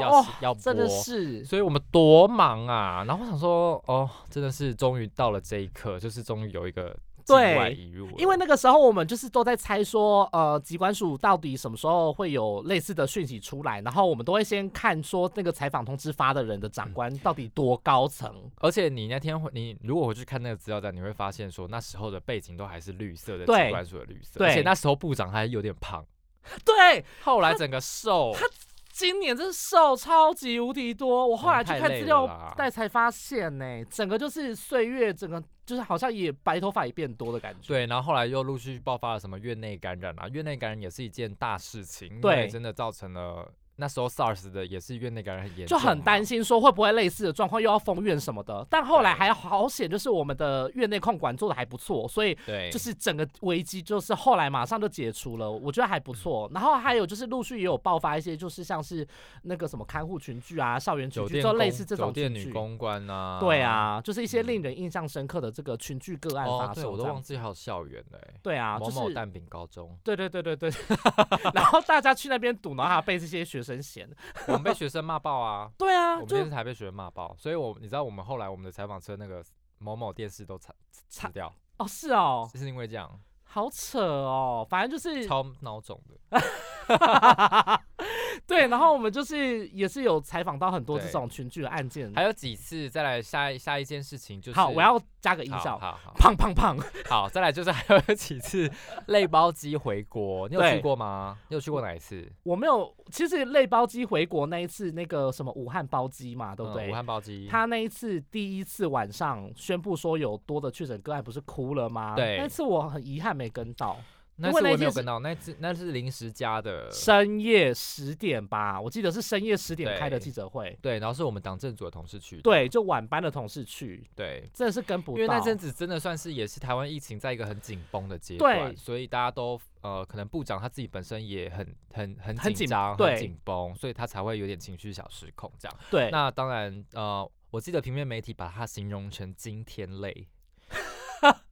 S3: 要、
S2: 哦，
S3: 要播，
S2: 真的是
S3: 所以我们多忙啊！然后我想说，哦，真的是终于到了这一刻，就是终于有一个境
S2: 对
S3: 外移入了，
S2: 因为那个时候我们就是都在猜说，呃，机关署到底什么时候会有类似的讯息出来，然后我们都会先看说那个采访通知发的人的
S3: 嗯
S2: 长官到底多高层。
S3: 而且你那天会，你如果回去看那个资料站，你会发现说那时候的背景都还是绿色的，
S2: 对
S3: 机关署的绿色，
S2: 对
S3: 而且那时候部长还有点胖，
S2: 对，
S3: 后来整个瘦，
S2: 今年真是瘦超级无敌多，我后来去看资
S3: 嗯太累了
S2: 料
S3: 啦
S2: 袋才发现呢、整个就是岁月，整个就是好像也白头发也变多的感觉。
S3: 对，然后后来又陆续爆发了什么院内感染啊，院内感染也是一件大事情，因
S2: 对
S3: 为真的造成了那时候 SARS 的也是院内感染很严
S2: 就
S3: 重嘛，啊
S2: 很担心说会不会类似的状况又要封院什么的，但后来
S3: 对
S2: 还好险，就是我们的院内控管做的还不错，所以
S3: 对，
S2: 就是整个危机就是后来马上就解除了，我觉得还
S3: 嗯
S2: 不错。然后还有就是陆续也有爆发一些，就是像是那个什么看护群聚啊、校园群
S3: 酒
S2: 聚，
S3: 店
S2: 就类
S3: 公
S2: 似这种
S3: 酒店
S2: 群
S3: 女
S2: 聚。
S3: 公关啊，
S2: 对，啊，就是一些
S3: 嗯
S2: 令人印象深刻的这个群聚个案
S3: 哦
S2: 发，
S3: 对，
S2: 生。
S3: 我都忘记还有校园嘞、
S2: 对啊，
S3: 某
S2: 就
S3: 某
S2: 是，
S3: 蛋饼高中
S2: 对对对对对，然后大家去那边赌，然后还被这些学生嫌。
S3: 我们被学生骂爆啊，
S2: 对
S3: 我
S2: 啊，
S3: 们
S2: 就
S3: 电视台被学生骂爆，所以我你知道我们后来我们的采访车那个某某电视都裁
S2: 裁
S3: 辞掉，
S2: 哦是哦，
S3: 就是因为这样
S2: 好扯哦，反正就是
S3: 超孬种的。
S2: 对，然后我们就是也是有采访到很多这
S3: 对
S2: 种群聚的案件。
S3: 还有几次，再来下一下一件事情就是，
S2: 好，我要加个音
S3: 好
S2: 效，
S3: 好好
S2: 胖胖胖。
S3: 好，再来就是还有几次类包机回国，你有
S2: 对
S3: 去过吗？你有去过哪一次？
S2: 我没有，其实类包机回国那一次，那个什么武汉包机嘛，对不
S3: 嗯
S2: 对？
S3: 武汉包机，
S2: 他那一次第一次晚上宣布说有多的确诊个案，不是哭了吗？
S3: 对
S2: 那次我很遗憾没跟到，
S3: 那
S2: 因为
S3: 次我
S2: 那
S3: 也没
S2: 件
S3: 有
S2: 是
S3: 跟到，那次那是临时加的，
S2: 深夜十点吧，我记得是深夜十点
S3: 对
S2: 开的记者会，
S3: 对，然后是我们党政组的同事去的，
S2: 对，就晚班的同事去，
S3: 对，
S2: 真的是跟不
S3: 因
S2: 到。
S3: 为那阵子真的算是也是台湾疫情在一个很紧绷的阶段，
S2: 对
S3: 所以大家都呃，可能部长他自己本身也很很很
S2: 很
S3: 紧
S2: 紧
S3: 张、
S2: 对
S3: 很紧绷，所以他才会有点情绪小失控这样。
S2: 对，
S3: 那当然，呃，我记得平面媒体把它形容成惊天泪。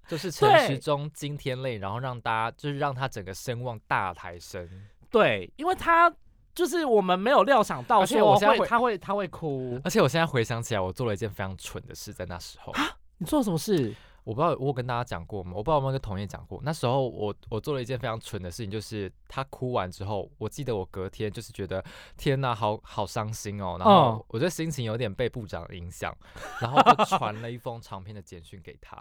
S3: 就是陈
S2: 对
S3: 时中惊天泪，然后让大家就是让他整个声望大抬升，
S2: 对，因为他就是我们没有料想到
S3: 而且
S2: 说
S3: 我现在
S2: 会
S3: 会呃
S2: 他会他会哭。
S3: 而且我现在回想起来，我做了一件非常蠢的事，在那时候，
S2: 你做了什么事？
S3: 我不知道我有跟大家讲过吗？我不知道有没有跟同业讲过。那时候我我做了一件非常蠢的事情，就是他哭完之后，我记得我隔天就是觉得天呐，好好伤心哦。然后我觉得心情有点被部长影响，然后就传了一封长篇的简讯给他。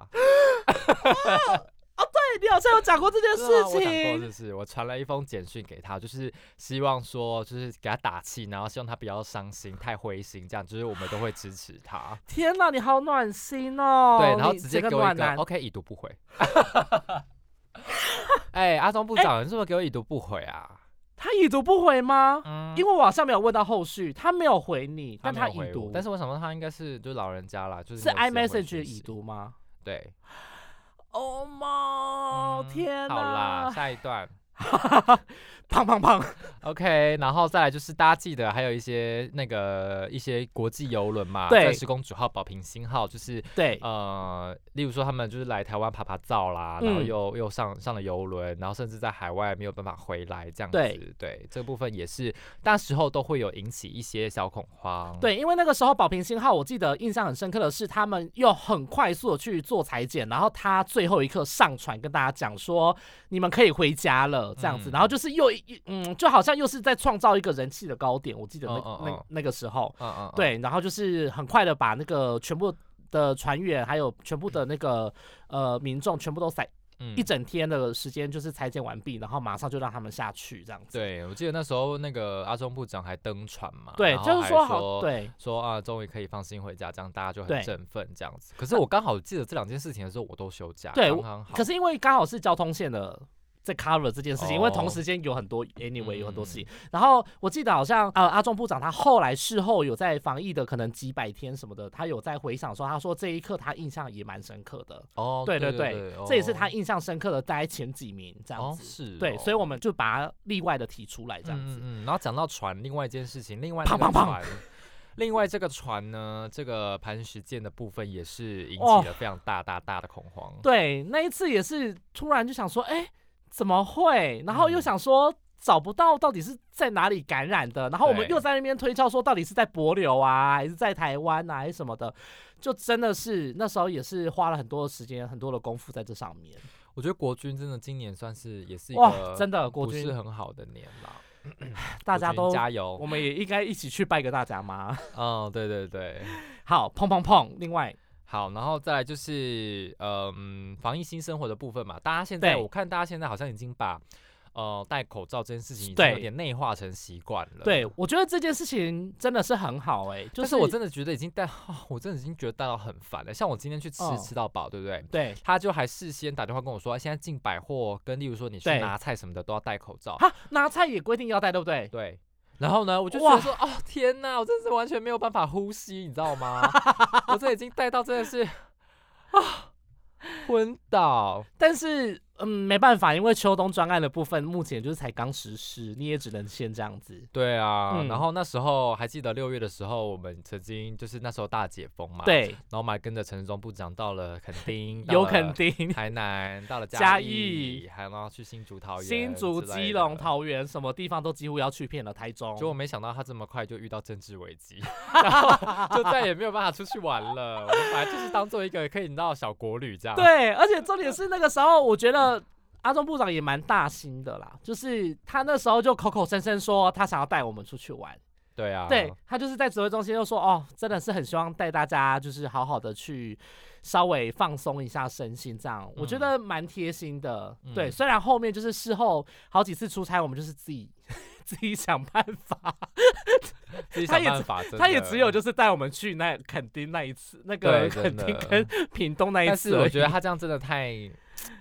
S2: 对
S3: 啊
S2: 你好像有讲过这件
S3: 对啊
S2: 事
S3: 我讲过
S2: 情。
S3: 就是我传了一封简讯给他，就是希望说就是给他打气，然后希望他不要伤心、太灰心，这样就是我们都会支持他。
S2: 天哪，你好暖心哦！
S3: 对，然后
S2: 你
S3: 直接
S2: 整
S3: 给我
S2: 个
S3: 一
S2: 暖
S3: 个哦
S2: 男
S3: OK 已读不 回。哎，阿中部长，你是不是给我已读不回啊？
S2: 他已读不回吗？
S3: 嗯，
S2: 因为我好像没有问到后续，他没有回你，但
S3: 他没有
S2: 已
S3: 回我
S2: 读，
S3: 但是我想说他应该是就是老人家啦，就是
S2: 是
S3: 没有时间回
S2: iMessage
S3: 讯
S2: 已
S3: 息。哦
S2: 读吗
S3: 对，
S2: ？Oh my
S3: 嗯
S2: 哦天
S3: 好啦，
S2: 哪！
S3: 下一段
S2: 胖胖胖，
S3: OK，然后再来就是大家记得还有一些那个一些国际游轮嘛，
S2: 对
S3: 钻石公主号、宝瓶星号，就是
S2: 对
S3: 呃，例如说他们就是来台湾爬爬照啦，然后
S2: 嗯
S3: 又、又上上了游轮，然后甚至在海外没有办法回来这样子。
S2: 对
S3: 对，这个部分也是那时候都会有引起一些小恐慌。，
S2: 对，因为那个时候宝瓶星号，我记得印象很深刻的是，他们又很快速的去做裁剪，然后他最后一刻上传跟大家讲说，你们可以回家了这样
S3: 嗯
S2: 子，然后就是又一嗯，就好像又是在创造一个人气的高点，我记得那
S3: 嗯嗯嗯
S2: 那那个时候，
S3: 嗯嗯，嗯，
S2: 对，然后就是很快的把那个全部的船员，还有全部的那个呃民众，全部都裁
S3: 嗯
S2: 一整天的时间，就是裁剪完毕，然后马上就让他们下去这样子。
S3: 对，我记得那时候那个阿中部长还登船嘛，
S2: 对，
S3: 然后
S2: 就是
S3: 还
S2: 说
S3: 说
S2: 好，对
S3: 说啊，终于可以放心回家，这样大家就很
S2: 对啊
S3: 振奋这样子。可是我刚好记得这两件事情的时候，我都休假，
S2: 对
S3: 刚
S2: 我
S3: 刚好。
S2: 可是因为刚好是交通线的。在 cover 这件事情，因为同
S3: 哦
S2: 时间有很多 anyway 有很多
S3: 嗯
S2: 事情，然后我记得好像呃阿中部长他后来事后有在防疫的可能几百天什么的，他有在回想说，他说这一刻他印象也蛮深刻的，
S3: 哦，
S2: 对
S3: 对
S2: 对，这也是他印象深刻的大概前几名这
S3: 这
S2: 样
S3: 哦
S2: 子，
S3: 是哦，
S2: 对，所以我们就把它例外的提出来，这样子。
S3: 嗯嗯嗯。然后讲到船，另外一件事情，另外
S2: 砰
S3: 这个
S2: 砰砰
S3: 船，另外这个船呢，这个磐石舰的部分也是引
S2: 哦
S3: 起了非常大大大的恐慌。
S2: 对，那一次也是突然就想说，哎、怎么会？然后
S3: 嗯
S2: 又想说找不到到底是在哪里感染的，然后我们
S3: 对
S2: 又在那边推敲说到底是在帛琉啊，还是在台湾啊，还是什么的，就真的是那时候也是花了很多的时间、很多的功夫在这上面。
S3: 我觉得国军真的今年算是也是一
S2: 哇，
S3: 个
S2: 真的，国
S3: 不是
S2: 军
S3: 很好的年啦，
S2: 大
S3: 国
S2: 家
S3: 军
S2: 都。
S3: 加
S2: 我
S3: 油。
S2: 们也应该一起去拜个大家妈。
S3: 嗯，对对对。
S2: 好，砰砰砰！另外，
S3: 好，然后再来就是呃嗯，防疫新生活的部分嘛，大家现在
S2: 对
S3: 我看大家现在好像已经把呃戴口罩这件事情已经
S2: 对
S3: 有点内化成习惯了。
S2: 对我觉得这件事情真的是很好哎、就
S3: 但
S2: 是
S3: 是我真的觉得已经 带，我真的已经觉得带到很烦了。像我今天去吃、
S2: 嗯
S3: 吃到饱，对不对？
S2: 对
S3: 他就还事先打电话跟我说，现在进百货跟例如说你去
S2: 对
S3: 拿菜什么的都要戴口罩。
S2: 哈，拿菜也规定要带，对不对？
S3: 对。然后呢，我就觉得说，哦天哪，我真是完全没有办法呼吸，你知道吗？我这已经带到真的是 啊，昏倒。
S2: 但是，嗯，没办法，因为秋冬专案的部分目前就是才刚实施，你也只能先这样子。
S3: 对啊，
S2: 嗯
S3: 然后那时候还记得六月的时候，我们曾经就是那时候大解封嘛，，
S2: 对，
S3: 然后我们还跟着陈时中部长到了垦 丁，啊到
S2: 有
S3: 了
S2: 肯定，
S3: 台南，到了
S2: 嘉
S3: 义，
S2: 义
S3: 还要去新竹、桃园、
S2: 新竹、基隆、。桃园什么地方都几乎要去遍了，台中。
S3: 结果没想到他这么快就遇到政治危 机，然后就再也没有办法出去玩了。我们本来就是当做一个可以你知道小国旅这样。
S2: 对，而且重点是那个时候，我觉得阿中部长也蛮大心的啦，就是他那时候就口口声声说他想要带我们出去玩，
S3: 对啊，
S2: 对他就是在指挥中心就说哦，真的是很希望带大家就是好好的去稍微放松一下身心，这样、我觉
S3: 嗯
S2: 得蛮贴心的。对，
S3: 嗯
S2: 虽然后面就是事后好几次出差，我们就是自己 自己想办法，
S3: 自己
S2: 他
S3: 想
S2: 也
S3: 办
S2: 只
S3: 法。真
S2: 他也
S3: 的
S2: 只有就是带我们去那垦丁那一次，那
S3: 对
S2: 个垦
S3: 真
S2: 丁
S3: 的
S2: 跟屏东那一
S3: 但
S2: 次
S3: 是
S2: 而已，
S3: 我觉得他这样真的太，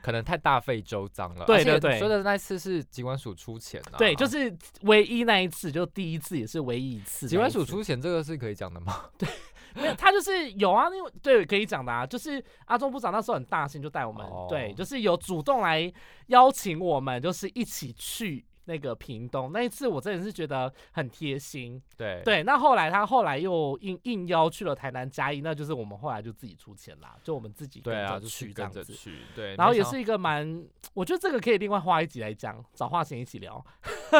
S3: 可能太大费周章了。
S2: 对
S3: 而且
S2: 对对
S3: 说的那次是机关署出钱啊。
S2: 对，就是唯一那一次，就第一次也是唯一一次那一次。
S3: 机关署出钱这个是可以讲的吗？
S2: 没有，他就是有啊，因为对可以讲的啊，就是阿中部长那时候很大心，就带我们、
S3: 哦
S2: 对，就是有主动来邀请我们，就是一起去那个屏东那一次，我真的是觉得很贴心。
S3: 对
S2: 对，那后来他后来又应应邀去了台南嘉义，那就是我们后来就自己出钱啦，就我们自己跟
S3: 对啊，
S2: 着
S3: 就是
S2: 去这样
S3: 跟着
S2: 子。
S3: 去。对，
S2: 然后
S3: 没
S2: 也
S3: 想
S2: 是一个蛮，我觉得这个可以另外花一集来讲，找华贤一起聊。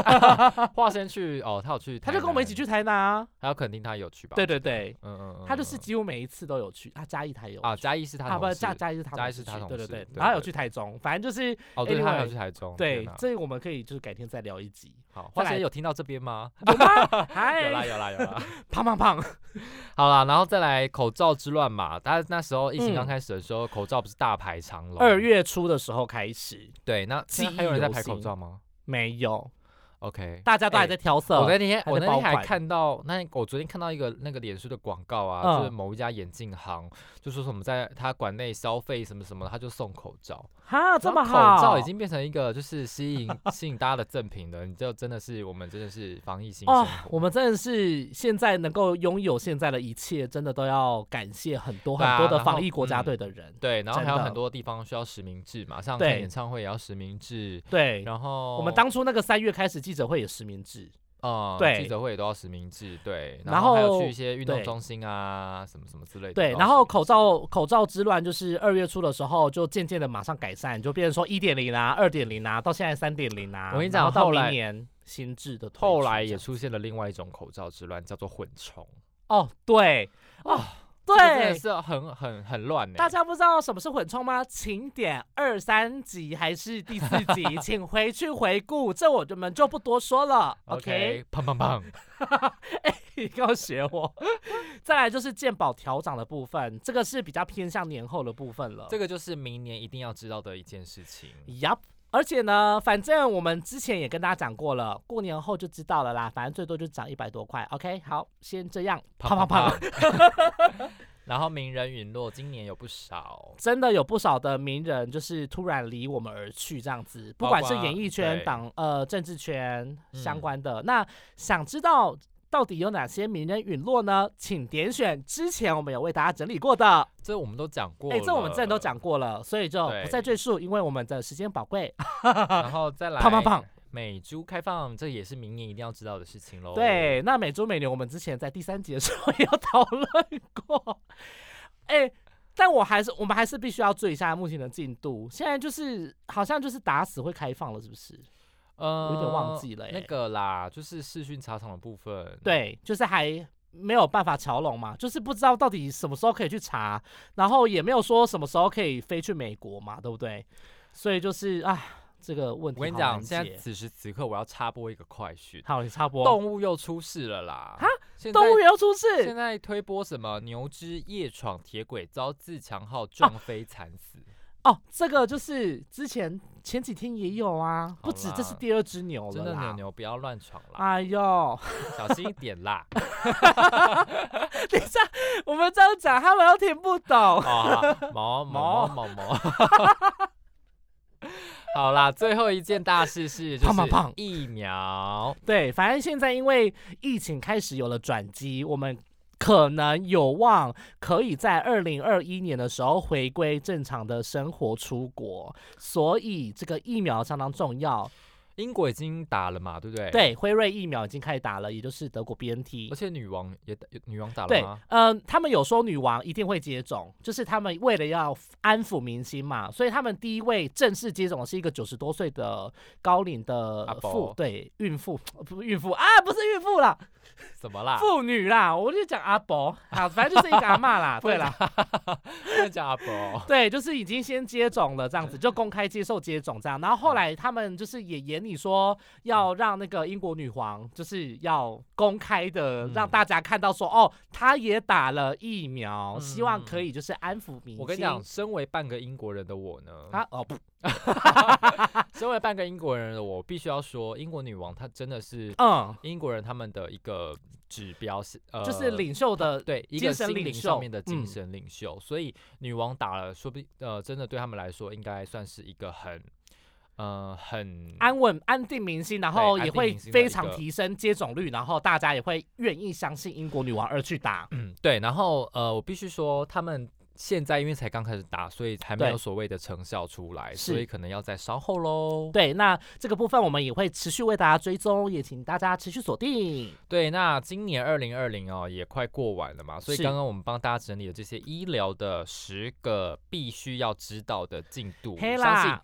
S3: 到华先去哦，他有去，
S2: 他就跟我们一起去，台南啊，
S3: 还有肯定他有去吧？
S2: 对，对对，
S3: 嗯嗯嗯，
S2: 他就是
S3: 嗯
S2: 几乎每一次都有去，啊，嘉义他也有
S3: 啊，
S2: 去
S3: 嘉义是他
S2: 啊不
S3: 同
S2: 嘉
S3: 事
S2: 嘉义是他
S3: 嘉
S2: 同
S3: 义
S2: 事
S3: 是他
S2: 去
S3: 同
S2: 对对
S3: 事
S2: 对，
S3: 对
S2: 然后有
S3: 对
S2: 去台中，反正就是
S3: 哦，对，他有
S2: anyway，
S3: 去台中。天
S2: 对
S3: 哪，
S2: 这个我们可以就是改天再聊一 集。
S3: 好，
S2: 再
S3: 华先
S2: 来哎
S3: 有听到这边吗？ 有啦
S2: 嗨，
S3: 有啦有 啦。
S2: 胖胖胖，
S3: 好啦，然后再来口罩之乱嘛，他那时候疫情
S2: 嗯
S3: 刚开始的时候，口罩不是大排长龙。
S2: 二月初的时候开始
S3: 对，那现在
S2: 记忆
S3: 还有人在
S2: 犹
S3: 排口
S2: 新
S3: 罩吗
S2: 没有，
S3: ？OK，
S2: 大家都还在挑色。
S3: 哎我那天
S2: 还
S3: 我
S2: 在
S3: 那
S2: 包
S3: 天还
S2: 款
S3: 看到，那我昨天看到一个那个脸书的广告啊，就是
S2: 嗯
S3: 某一家眼镜行，就说什么在他馆内消费什么什么，他就送口罩。
S2: 哈，这么
S3: 然后
S2: 好，
S3: 口罩已经变成一个就是吸引吸引大家的赠品了。你就真的是我们真的是防疫性生
S2: 哦，
S3: 活。
S2: 我们真的是现在能够拥有现在的一切，真的都要感谢很多
S3: 对
S2: 很
S3: 啊
S2: 多的
S3: 然后
S2: 防疫国家
S3: 嗯
S2: 队的人。
S3: 对，然后
S2: 真
S3: 还有
S2: 的
S3: 很多地方需要实名制嘛，像
S2: 对
S3: 看演唱会也要实名制，
S2: 对，
S3: 然后
S2: 我们当初那个三月开始记者会也实名制，
S3: 呃
S2: 对
S3: 记者会也都要实名制，对，
S2: 然
S3: 后还有
S2: 后
S3: 去一些运动
S2: 对
S3: 中心啊，什么什么之类的都要实
S2: 对，
S3: 名制。
S2: 然后口罩口罩之乱就是二月初的时候就渐渐的马上改善，就变成说一点零啊、二点零啊，到现在三点零啊。
S3: 我跟你
S2: 然后
S3: 讲
S2: 到
S3: 后
S2: 明
S3: 来
S2: 年新制的推出
S3: 后来
S2: 这
S3: 也
S2: 样
S3: 出现了另外一种口罩之乱，叫做混充。
S2: 哦，对哦
S3: 啊，这个真的
S2: 对，
S3: 是很很很乱欸呢、
S2: 大家不知道什么是混充吗？请点二三集还是第四集， 请回去回顾，这我们就不多说了。
S3: OK，
S2: OK，
S3: 砰砰砰，
S2: 你给我学我。 再来就是健保调涨的部分，这个是比较偏向年后的部分了。
S3: 这个就是明年一定要知道的一件事情。
S2: Yup。而且呢，反正我们之前也跟大家讲过了，过年后就知道了啦。反正最多就涨一百多块。OK，好，先这样，啪啪啪。
S3: 然后名人陨落，今年有不少。
S2: 真的有不少的名人就是突然离我们而去，这样子，不
S3: 包
S2: 管是
S3: 括
S2: 演艺圈、
S3: 对
S2: 党呃政治圈相
S3: 嗯
S2: 关的。那想知道到底有哪些名人陨落呢？请点选之前我们有为大家整理过的，
S3: 这我们都讲过，
S2: 哎、这我们之前都。 讲过了，所以就不再
S3: 对
S2: 赘述，因为我们的时间宝贵。
S3: 然后再来，
S2: 砰砰砰。
S3: 美猪开放，这也是明年一定要知道的事情喽。
S2: 对，那美猪美牛，我们之前在第三节的时候 也有讨论过。哎、但我还是我们还是必须要追一下目前的进度。现在就是好像就是打死会开放了，是不是？
S3: 呃，
S2: 有点忘记了欸
S3: 那个啦，就是视讯茶厂的部分。，
S2: 对，就是还没有办法瞧拢嘛，就是不知道到底什么时候可以去查，然后也没有说什么时候可以飞去美国嘛，对不对？所以就是啊，这个问题
S3: 我跟你
S2: 好
S3: 讲，
S2: 难
S3: 现在
S2: 解
S3: 此时此刻我要插播一个快讯，
S2: 好，你插播。
S3: 动物又出事了啦！
S2: 哈，
S3: 现在
S2: 动物园要出
S3: 现
S2: 事，
S3: 在推播什么牛只夜闯铁轨遭自强号撞飞惨死，
S2: 哦，这个就是之前前几天也有啊，不
S3: 好
S2: 止，这是
S3: 啦
S2: 第二只牛
S3: 真的
S2: 了
S3: 牛
S2: 啦。
S3: 牛不要乱闯啦，
S2: 哎呦，
S3: 小心一点啦！
S2: 等一下，我们这样讲，他们又听不懂。
S3: 啊，毛毛毛毛毛。 好啦，最后一件大事是就
S2: 胖胖
S3: 是
S2: 胖
S3: 疫苗，
S2: 对，反正现在因为疫情开始有了转机，我们可能有望可以在二零二一年的时候回归正常的生活出国，所以这个疫苗相当重要。
S3: 英国已经打了嘛，对不对？。
S2: 对，辉瑞疫苗已经开始打了，也就是德国 BNT
S3: 而。且女王也打女王打了
S2: 对
S3: 吗？，
S2: 嗯、他们有说女王一定会接种，就是他们为了要安抚民心嘛，所以他们第一位正式接种的是一个九十多岁的高龄的
S3: 阿
S2: 妇
S3: 伯，
S2: 呃对，孕妇，不是孕妇啊，不是孕妇啦，
S3: 怎么啦？
S2: 妇女啦，我就讲阿伯啊，反正就是一个阿嬷啦，对啦，
S3: 真的假阿伯？
S2: 对，就是已经先接种了这样子，就公开接受接种这样。然后
S3: 嗯
S2: 后来他们就是也演你说要让那个英国女皇就是要公开的
S3: 嗯
S2: 让大家看到说，哦，她也打了疫苗，
S3: 嗯
S2: 希望可以就是安抚民心。
S3: 我跟你讲，身为半个英国人的我呢，
S2: 啊，哦不，
S3: 身为半个英国人的我，必须要说，英国女王她真的是
S2: 嗯，
S3: 英国人他们的一个指标是，呃，
S2: 就是领袖的
S3: 对一
S2: 精
S3: 个
S2: 神
S3: 心
S2: 领
S3: 灵
S2: 袖
S3: 上面的精
S2: 嗯
S3: 神领袖，所以女王打了，说不定呃，真的对他们来说，应该算是一个很，呃，很
S2: 安稳、安定民心，然
S3: 对
S2: 后
S3: 安
S2: 也
S3: 定
S2: 会
S3: 民心的
S2: 非
S3: 一
S2: 常
S3: 个
S2: 提升接种率，然后大家也会愿意相信英国女王而去打。
S3: 嗯，对，然后呃，我必须说，他们现在因为才刚开始打，所以还没
S2: 对
S3: 有所谓的成效出来，所
S2: 是
S3: 以可能要再稍后喽。
S2: 对，那这个部分我们也会持续为大家追踪，也请大家持续锁定。
S3: 对，那今年二零二零哦，也快过完了嘛，所以
S2: 是
S3: 刚刚我们帮大家整理了这些医疗的十个必须要知道的进度，
S2: 嘿
S3: 我相信
S2: 啦。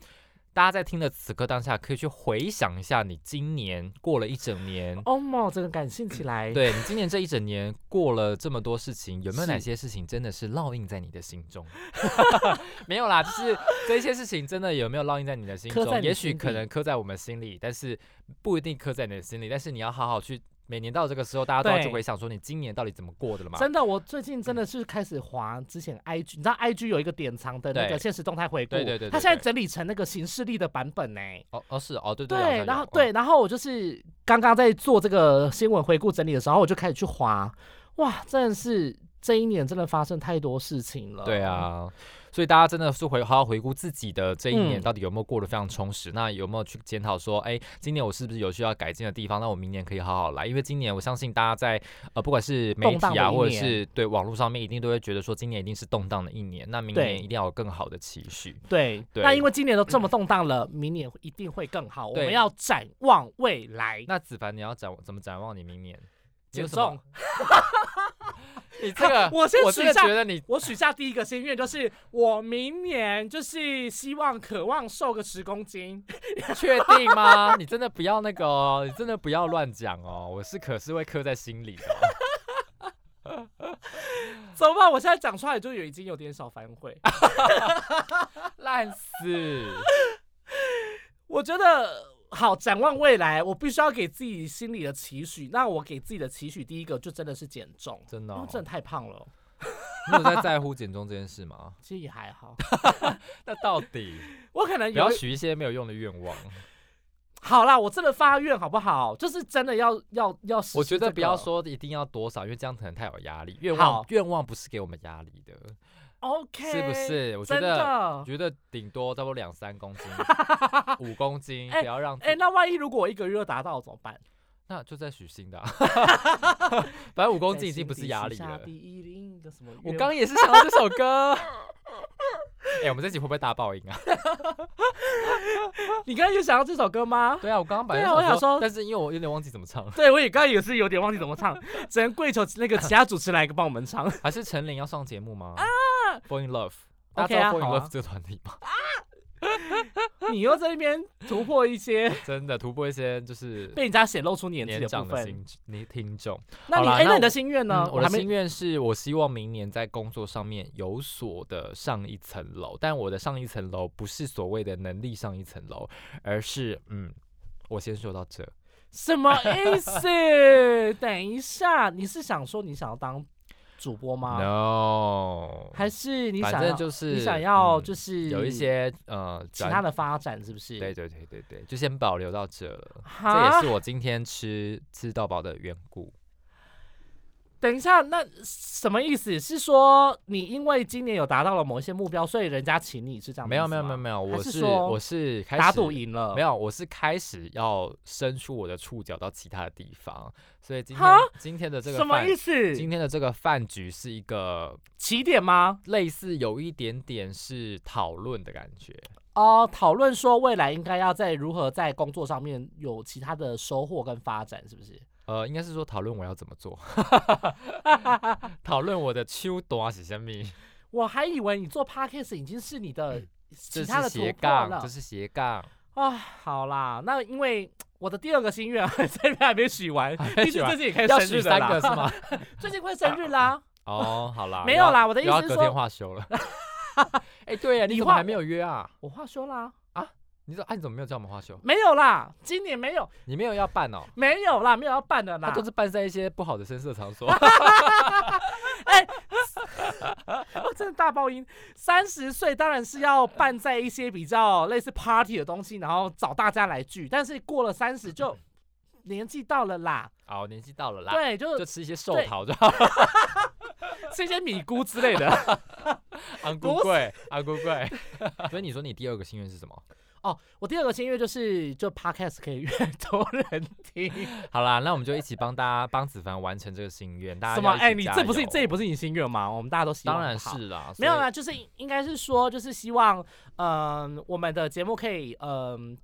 S3: 大家在听的此刻当下，可以去回想一下你今年过了一整年，
S2: 哦莫，真的感性起来。
S3: 对你今年这一整年过了这么多事情，有没有哪
S2: 是
S3: 些事情真的是烙印在你的心中？ 没有啦，就是这些事情真的有没有烙印在你的心
S2: 刻在
S3: 中？
S2: 你
S3: 也许
S2: 心
S3: 可
S2: 底
S3: 能刻在我们心里，但是不一定刻在你的心里。但是你要好好去，每年到这个时候，大家都要去
S2: 对
S3: 回想说你今年到底怎么过的了嘛？
S2: 真的，我最近真的是开始滑之前 IG，你知道 IG 有一个典藏的那
S3: 对
S2: 个现实动态回顾，
S3: 对对对对
S2: 它现在
S3: 对
S2: 整理成那个形式力的版本呢、
S3: 哦哦是哦对对好像
S2: 对，然
S3: 有
S2: 后
S3: 嗯
S2: 对，然后我就是刚刚在做这个新闻回顾整理的时候，我就开始去滑，哇，真的是这一年真的发生太多事情了。
S3: 对，啊，所以大家真的是回好好回顾自己的这一年
S2: 哦嗯
S3: 到底有没有过得非常充实，那有没有去检讨说，哎，今年我是不是有需要改进的地方？那我明年可以好好来，因为今年我相信大家在呃不管是媒
S2: 动荡
S3: 体
S2: 的
S3: 啊，
S2: 一
S3: 或者
S2: 年
S3: 是对网络上面，一定都会觉得说今年一定是动荡的一年，那明
S2: 对
S3: 年一定要有更好的期许。
S2: 对，
S3: 对
S2: 那因为今年都这么动荡了，明年一定会更好，我
S3: 对
S2: 们要展望未来。
S3: 那子凡，你要展怎么展望你明年？你
S2: 减
S3: 有什么
S2: 重，，
S3: 你这个
S2: 我先
S3: 我
S2: 取
S3: 真的
S2: 下
S3: 觉得你
S2: 我许下第一个心愿就是，我明年就是希望渴望瘦个十公斤。
S3: 确定吗？你真的不要那个哦，你真的不要乱讲哦，我是可是会刻在心里的 哦、
S2: 怎么办？我现在讲出来就有已经有点小反悔。
S3: 烂死！
S2: 我觉得好，展望未来，我必须要给自己心里的期许。那我给自己的期许，第一个就真的是减重，
S3: 真的、
S2: 因
S3: 哦
S2: 为，真的太胖了，
S3: 你有在在乎减重这件事吗？
S2: 其实也还好。
S3: 那到 底
S2: 我可能
S3: 不要
S2: 有
S3: 许一些没有用的愿望。
S2: 好啦，我真的发愿好不好？就是真的要要要实施这个、
S3: 我觉得不要说一定要多少，因为这样可能太有压力。愿
S2: 好
S3: 望愿望不是给我们压力的，
S2: OK，
S3: 是不？是？我觉
S2: 真
S3: 得
S2: 的
S3: 我。觉得顶多差不多两三公 斤，五公斤，
S2: 哎
S3: 不要让自
S2: 哎、那万一如果我一个月达到怎么办？
S3: 那就再许新的啊。 反正五
S2: 哦
S3: 公斤已经不是压力
S2: 在心底许
S3: 了
S2: 下。第一另一个什么愿望？
S3: 我刚也是想到这首 歌。哎、我们这集会不会大爆音啊？
S2: 你刚刚有想到这首歌吗？
S3: 对啊，我刚刚本来
S2: 对啊我想说
S3: 但是因为我有点忘记怎么唱了，
S2: 对，我也刚刚也是有点忘记怎么唱，只能跪求那个其他主持人来帮我 们唱。
S3: 还是陈琳要上节目吗？啊，Fall in Love，大家知
S2: OK
S3: 道
S2: 啊
S3: Fall in
S2: 好啊
S3: Love 这个团体吗？
S2: 你又在那边突破一些
S3: 真的突破一些就是
S2: 被人家显露出年纪
S3: 年
S2: 部
S3: 长的
S2: 分。
S3: 听你听众。
S2: 那你
S3: 好啦
S2: 哎、
S3: 那
S2: 那你的
S3: 我
S2: 心愿呢？
S3: 嗯，我的
S2: 还没
S3: 心愿是我希望明年在工作上面有所的上一层楼，但我的上一层楼不是所谓的能力上一层楼，而是嗯，我先说到这。
S2: 什 么意思？等一下，你是想说你想要当主播吗
S3: No，
S2: 还是你想要
S3: 反正就是
S2: 你想要
S3: 嗯
S2: 就是、
S3: 有一些呃
S2: 其他
S3: 转
S2: 的发展是不是？
S3: 对，对对对对，就先保留到这了。这也
S2: 哈
S3: 是，我今天吃吃到饱的缘故。
S2: 等一下，那什么意思？是说你因为今年有达到了某一些目标，所以人家请你是这样的
S3: 没
S2: 意思
S3: 有没有
S2: 吗？
S3: 没有没有，
S2: 还
S3: 我
S2: 是
S3: 是
S2: 说
S3: 我是开
S2: 打
S3: 始
S2: 赌赢了，
S3: 没有，我是开始要伸出我的触角到其他的地方，所以今天
S2: 哈
S3: 今天的这个
S2: 什么
S3: 饭
S2: 意思？
S3: 今天的这个饭局是一个
S2: 起点吗？
S3: 类似有一点点是讨论的感觉，
S2: 哦，讨论说未来应该要在如何在工作上面有其他的收获跟发展，是不是？
S3: 呃，应该是说讨论我要怎么做， 讨论我的秋短是什么，
S2: 我还以为你做 podcast 已经是你的其
S3: 嗯这
S2: 他
S3: 是
S2: 的突
S3: 斜
S2: 破
S3: 杠，
S2: 了
S3: 这是斜杠，
S2: 啊。好啦，那因为我的第二个心愿啊这边还没许完，
S3: 没
S2: 毕
S3: 许
S2: 竟
S3: 完
S2: 最近也快
S3: 要
S2: 生日
S3: 许
S2: 了
S3: 三
S2: 啦
S3: 个是吗？？
S2: 最近快生日啦，
S3: 哦，好 啦，
S2: 没
S3: 又要
S2: 有啦我的意
S3: 又要
S2: 思是
S3: 隔
S2: 说
S3: 天话休了。 哎， 对呀，你
S2: 你
S3: 怎么
S2: 话
S3: 还没有约啊？
S2: 我话说啦，
S3: 你说，哎，你怎么没有叫我们话休？
S2: 没有啦，今年没有，
S3: 你没有要办 哦，
S2: 没有啦，没有要办的
S3: 他
S2: 啦
S3: 都。啊是办在一些不好的深色场 所。哦
S2: 我真的大爆音。三十岁当然是要办在一些比较类似 party 的东西，然后找大家来聚。但是过了三十就年纪到了啦，
S3: 好，年纪到了啦，
S2: 对，就
S3: 就吃一些寿
S2: 对
S3: 桃 就好，
S2: 吃一些米菇之类的。
S3: 昂
S2: 不
S3: 咕贵，昂咕 贵。 所以你说你第二个心愿是什么？
S2: 哦， 我第二个心愿就是，就 podcast 可以越多人听。
S3: 好啦，那我们就一起帮大家帮子凡完成这个心愿。大家
S2: 什么？
S3: 要一起
S2: 哎、你
S3: 加
S2: 这不是
S3: 油
S2: 这也不是你心愿吗？我们大家都希望
S3: 当然
S2: 好
S3: 是啦，
S2: 没有
S3: 所以
S2: 啦，就是应该是说，就是希望，嗯、我们的节目可以，嗯、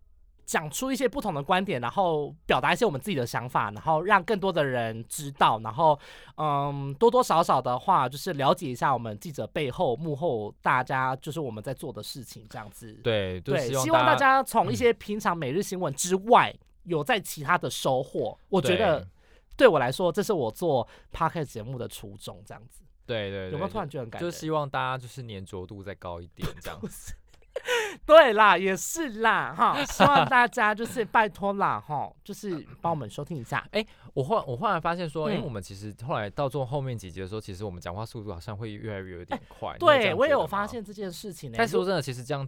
S2: 讲出一些不同的观点，然后表达一些我们自己的想法，然后让更多的人知道，然后，嗯、多多少少的话，就是了解一下我们记者背后幕后大家就是我们在做的事情，这样子。
S3: 对，就
S2: 对，希
S3: 望嗯
S2: 望大家从一些平常每日新闻之外，有在其他的收获。我觉得对我来说，这是我做 podcast 节目的初衷，这样子。
S3: 对对对，
S2: 有没有突然
S3: 就
S2: 觉得很感
S3: 就
S2: 人？
S3: 希望大家就是粘着度再高一点，这样
S2: 对啦，也是啦， 哈，希望大家就是拜托啦，哈，就是帮我们收听一 下。
S3: 我忽然我忽然发现说，因为
S2: 嗯
S3: 我们其实后来到做后面几集的时候，其实我们讲话速度好像会越来越有点 快。你有这
S2: 哎对
S3: 样
S2: 我也
S3: 觉得
S2: 有发
S3: 吗。
S2: 现这件事情呢、
S3: 但是
S2: 如
S3: 说真的，其实这样，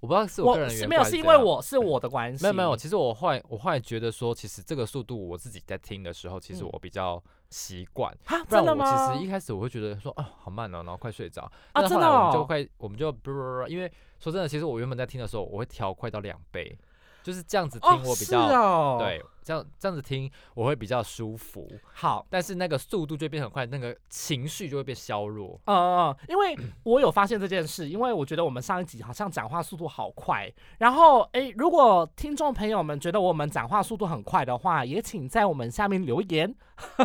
S3: 我不知道是个
S2: 我
S3: 人的
S2: 是
S3: 缘
S2: 没有
S3: 故还
S2: 是因
S3: 怎
S2: 为
S3: 样
S2: 我是我的关系，
S3: 没有没有，其实我后来我后来觉得说，其实这个速度我自己在听的时候，其实
S2: 嗯
S3: 我比较习惯，
S2: 啊，
S3: 不然
S2: 真的
S3: 我
S2: 吗？
S3: 其实一开始我会觉得说，哦，好慢哦，然后快睡着。
S2: 啊，
S3: 但
S2: 真
S3: 后
S2: 的
S3: 来我们就
S2: 哦，
S3: 快，我们就不不不不，因为说真的，其实我原本在听的时候，我会调快到两倍，就是这样子听
S2: 哦，
S3: 我比
S2: 是
S3: 较、
S2: 哦，，
S3: 对，这样这样子听我会比较舒服，
S2: 好，
S3: 但是那个速度就会变很快，那个情绪就会被削弱。
S2: 嗯嗯，因为我有发现这件事，因为我觉得我们上一集好像讲话速度好快。然后，诶，如果听众朋友们觉得我们讲话速度很快的话，也请在我们下面留言，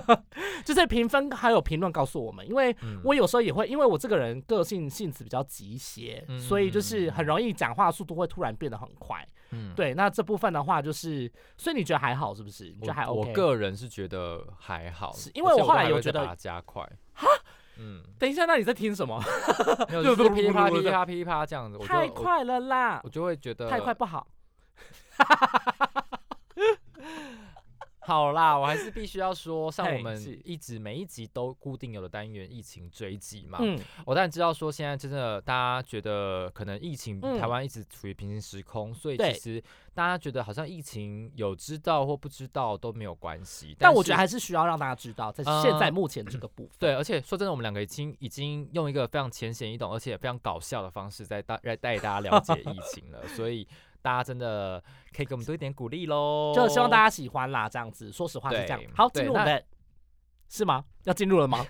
S2: 就是评分还有评论告诉我们，因为
S3: 嗯，
S2: 我有时候也会，因为我这个人个性性子比较急些，
S3: 嗯
S2: 所以就是很容易讲话速度会突然变得很快。
S3: 嗯，
S2: 对，那这部分的话，就是，所以你觉得还好是不是？你觉
S3: 我
S2: 得还 OK？
S3: 我个人是觉得还好，
S2: 是因为我
S3: 我
S2: 后来有觉
S3: 把
S2: 得
S3: 它加快。 嗯，
S2: 等一下，那你在听什 么？
S3: 没有，就是噼里啪啦噼里啪啦噼里啪啦这样子，我就
S2: 太
S3: 我
S2: 快了啦
S3: 我，就会觉得
S2: 太快不好。
S3: 好啦，我还是必须要说，像
S2: 嘿
S3: 我们
S2: 是
S3: 一直每一集都固定有的单元疫情追击嘛，
S2: 嗯，
S3: 我呃当然知道说现在真的大家觉得可能疫情
S2: 嗯
S3: 台湾一直处于平行时空，所以
S2: 对
S3: 其实大家觉得好像疫情有知道或不知道都没有关系，
S2: 但我觉
S3: 是
S2: 得还是嗯需要让大家知道，在
S3: 呃
S2: 现在目前这个部分。
S3: 对，而且说真的，我们两个已经已经用一个非常浅显易懂，而且非常搞笑的方式在大在带大家了解疫情了，所以大家真的可以给我们多一点鼓励喽。
S2: 就希望大家喜欢啦，这样子。说实话是这样
S3: 对。
S2: 好，
S3: 对
S2: 进入我们的是吗？要进入了 吗？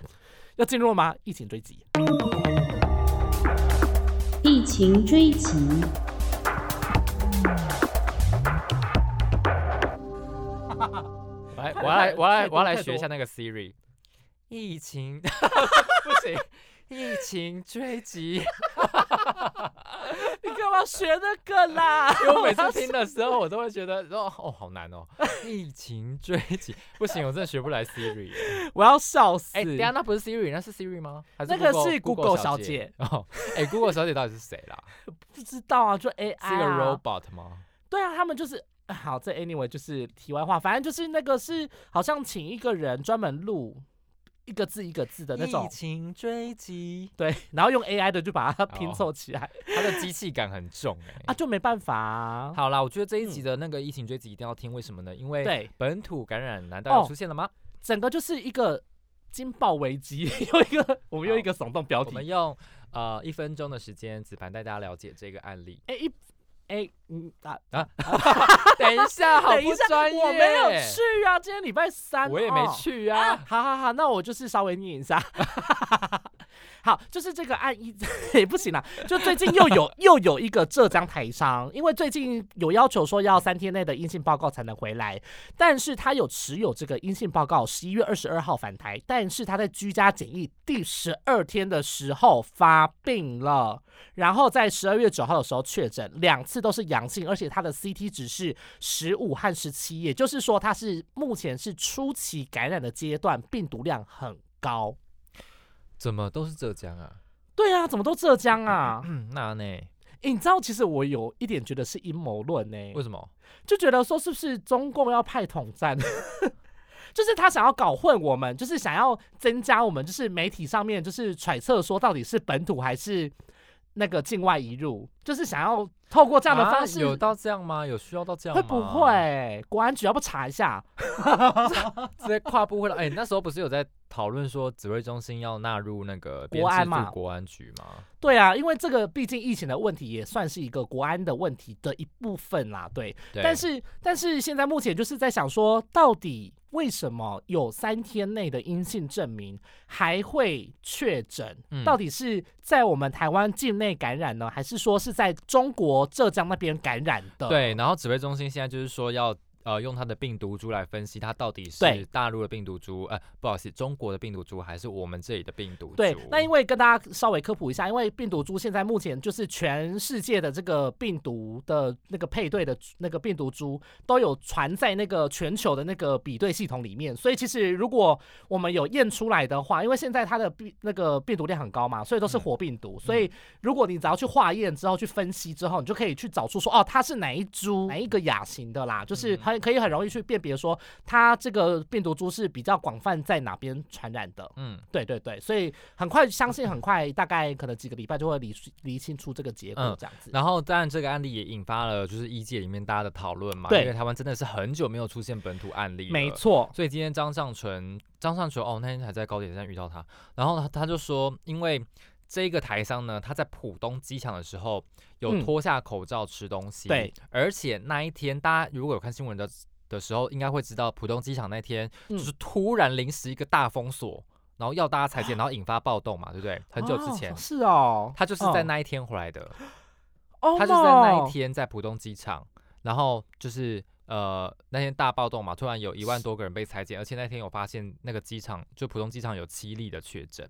S2: 要进入了吗？疫情追击。
S4: 疫情追击，
S3: 我来，我要来，我要来，我要来
S2: 太多太多
S3: 学一下那个 Siri。疫情 不行，疫情追击， 因
S2: 你干嘛学那个啦？
S3: 为我每次听的时候，我都会觉得哦哦好难 哦，疫情追击不行，我真的学不来 Siri 耶。
S2: 我要笑死。
S3: 哎，等一下那不是 Siri，那是 Siri 吗？还是
S2: 那个
S3: Google-
S2: 是
S3: Google
S2: 小
S3: 姐
S2: 姐，
S3: 哦。哎，Google 小姐到底是谁啦？
S2: 不知道啊，就 AI
S3: 是个
S2: 啊
S3: robot 吗？
S2: 对啊，他们就是。好，这 anyway 就是题外话，反正就是那个是好像请一个人专门录一个字一个字的那种
S3: 疫，情追击，
S2: 对，然后用 AI 的就把它拼
S3: 哦
S2: 凑起来、
S3: 它的机器感很重嗯
S2: 啊，
S3: 哎。
S2: 就没办法、啊。
S3: 好啦，我觉得这一集的那个疫情追击一定要听，为什么呢？因为
S2: 对，
S3: 本土感染难道
S2: 哦
S3: 又出现了吗？
S2: 整个就是一个惊爆危机， 又一个我们又一个耸动标
S3: 我
S2: 题
S3: 们。用呃一分钟的时间，子盘带大家了解这个案 例。
S2: 哎一哎嗯啊，
S3: 等一下，好
S2: 等一
S3: 不
S2: 下，
S3: 专业，
S2: 我没有，去啊，今天礼拜三，
S3: 我也没
S2: 哦。
S3: 去
S2: 啊，
S3: 啊。
S2: 好好好，那我就是稍微念一下。 好，就是这个案一 也不行啦，就最近又有又有一个浙江台商，因为最近有要求说要三天内的阴性报告才能回来，但是他有持有这个阴性报告，十一月二十二号返台，但是他在居家检疫第十二天的时候发病了，然后在十二月九号的时候确诊，两次都是阳性，而且他的 CT 值是十五和十七，也就是说他是目前是初期感染的阶段，病毒量很高。
S3: 怎么都是浙江啊？
S2: 对啊，怎么都浙 江啊？
S3: 嗯，那呢？
S2: 欸、你知道，其实我有一点觉得是阴谋论呢，
S3: 为什么？
S2: 就觉得说是不是中共要派统战， 就是他想要搞混我们，就是想要增加我们就是媒体上面就是揣测说到底是本土还是那个境外移入，就是想要透过这样的
S3: 啊
S2: 方式。
S3: 有哦到这样吗？有需要到这样
S2: 会
S3: 吗？
S2: 不？会？国安局要不查一下？
S3: 直接跨步回来？哎、那时候不是有在讨论说指挥中心要纳入那个编
S2: 国安
S3: 制
S2: 嘛
S3: 部国安局吗？
S2: 对啊，因为这个毕竟疫情的问题也算是一个国安的问题的一部分啦。对，
S3: 对，
S2: 但是但是现在目前就是在想说，到底为什么有三天内的阴性证明还会确诊？
S3: 嗯
S2: 到底是在我们台湾境内感染呢，还是说是在中国浙江那边感染的？
S3: 对，然后指挥中心现在就是说要呃用它的病毒株来分析它到底
S2: 对
S3: 是大陆的病毒株，呃，不好意思，中国的病毒株还是我们这里的病毒株？
S2: 对，那因
S3: 为
S2: 为跟大家稍微科普一下，因为病毒株现在目前就是全世界的这个病毒的那个配对的那个病毒株都有传在那个全球的那个比对系统里面，所以其实如果我们有验出来的话，因为现在它的病那个病毒量很高嘛，所以都是活病毒，所以如果你只要去化验之后去分析之后，你就可以去找出说哦它是哪一株哪一个亚型的啦，就是很可以很容易去辨别说它这个病毒株是比较广泛在哪边传染的。
S3: 嗯
S2: 对对对，所以很快，相信很快，大概可能几个礼拜就会理理清出这个结果
S3: 嗯，
S2: 这样子。
S3: 然后当然这个案例也引发了就是医界里面大家的讨论嘛，
S2: 对
S3: 因为台湾真的是很久没有出现本土案例，
S2: 没。错，
S3: 所以今天张尚纯，张尚纯哦，那天还在高铁站遇到他，然后他他就说，因为这个台商呢，他在浦东机场的时候有
S2: 嗯
S3: 脱下口罩吃东西，
S2: 对，
S3: 而且那一天大家如果有看新闻的的时候，应该会知道浦东机场那天就
S2: 嗯
S3: 是突然临时一个大封锁，然后要大家裁剪，然后引发暴动嘛，对不对？很久之前。
S2: 啊哦是哦，
S3: 他就是在
S2: 嗯，
S3: 那一天回来的，
S2: 哦
S3: 他就是在那一，天在浦东机场，然后就是呃那天大暴动嘛，突然有一万多个人被裁减，而且那天有发现那个机场就浦东机场有七例的确诊，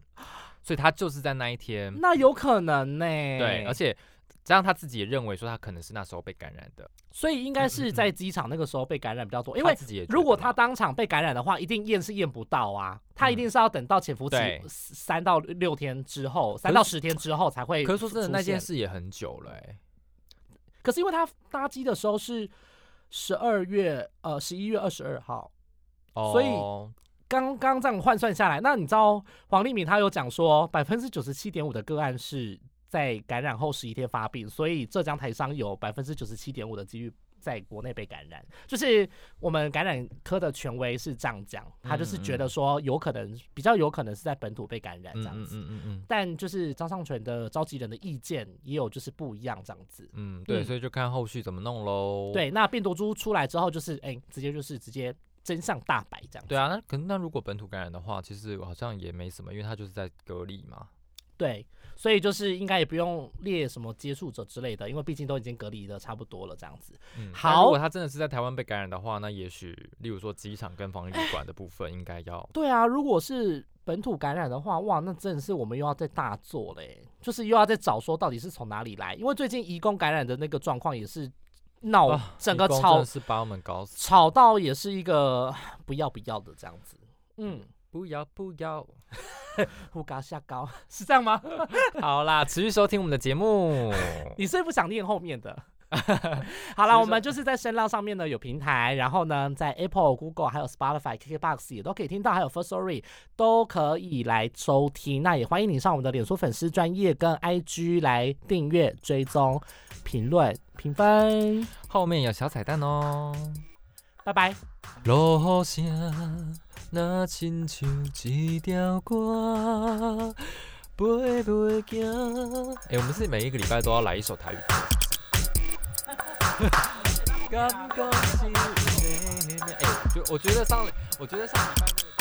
S3: 所以他就是在那一天，
S2: 那有可能呢。
S3: 对，而且加上他自己也认为说他可能是那时候被感染的，
S2: 所以应该是
S3: 嗯
S2: 在机场那个时候被感染比较多，因
S3: 他
S2: 为
S3: 自己也觉
S2: 如果
S3: 得
S2: 他
S3: 嘛
S2: 当场被感染的话，一定验是验不到啊，他一
S3: 嗯
S2: 定是要等到潜伏期
S3: 对
S2: 三到六天之后，三
S3: 是
S2: 到十天之后才会。
S3: 可是说真的那件
S2: 事，
S3: 事也很久了、欸，
S2: 可是因为他搭机的时候是十二月呃十一月二十二号，
S3: 哦，
S2: 所以刚刚这样换算下来，那你知道黄立明他有讲说，百分之九十七点五的个案是在感染后十一天发病，所以浙江台商有百分之九十七点五的几率在国内被感染。就是我们感染科的权威是这样讲，他就是觉得说有可能比较有可能是在本土被感染这
S3: 嗯
S2: 样
S3: 嗯
S2: 子。
S3: 嗯嗯嗯。
S2: 但就是张尚权的召集人的意见也有就是不一样这样子。
S3: 嗯，对，
S2: 嗯
S3: 所以就看后续怎么弄喽。
S2: 对，那病毒株出来之后，就是哎、直接就是直接真相大白这样子。
S3: 对啊，那可那如果本土感染的话，其实好像也没什么，因为他就是在隔离嘛。
S2: 对，所以就是应该也不用列什么接触者之类的，因为毕竟都已经隔离的差不多了，这样子。
S3: 嗯，但
S2: 好
S3: 如果他真的是在台湾被感染的话，那也许，例如说机场跟防疫旅馆的部分，应该 要
S2: 对啊，如果是本土感染的话，哇，那真的是我们又要再大做嘞，就是又要再找说到底是从哪里来，因为最近移工感染的那个状况也是闹
S3: 啊
S2: 整
S3: 义
S2: 个
S3: 工
S2: 吵、
S3: 真的是把我们搞死，
S2: 吵到也是一个 不要不要的这样子。嗯，
S3: 不要不要。
S2: 忽高下高 是这样吗？
S3: 好啦，持续收听我们的节 目。
S2: 你是不是不想念后面 的？好了，我们就是在声浪上面呢有平台，然后呢，在 Apple、Google 还有 Spotify、KKBox 也都可以听到，还有 First Story 都可以来收听。那也欢迎你上我们的脸书粉丝专业跟 IG 来订阅、追踪、评论、评分。
S3: 后面有小彩蛋哦。
S2: 拜拜。
S3: 落声若亲像一条歌，飞飞行。哎、我们是每一个礼拜都要来一首台语歌。 感觉是有点哎、我觉我觉得上，我觉得上礼拜那个。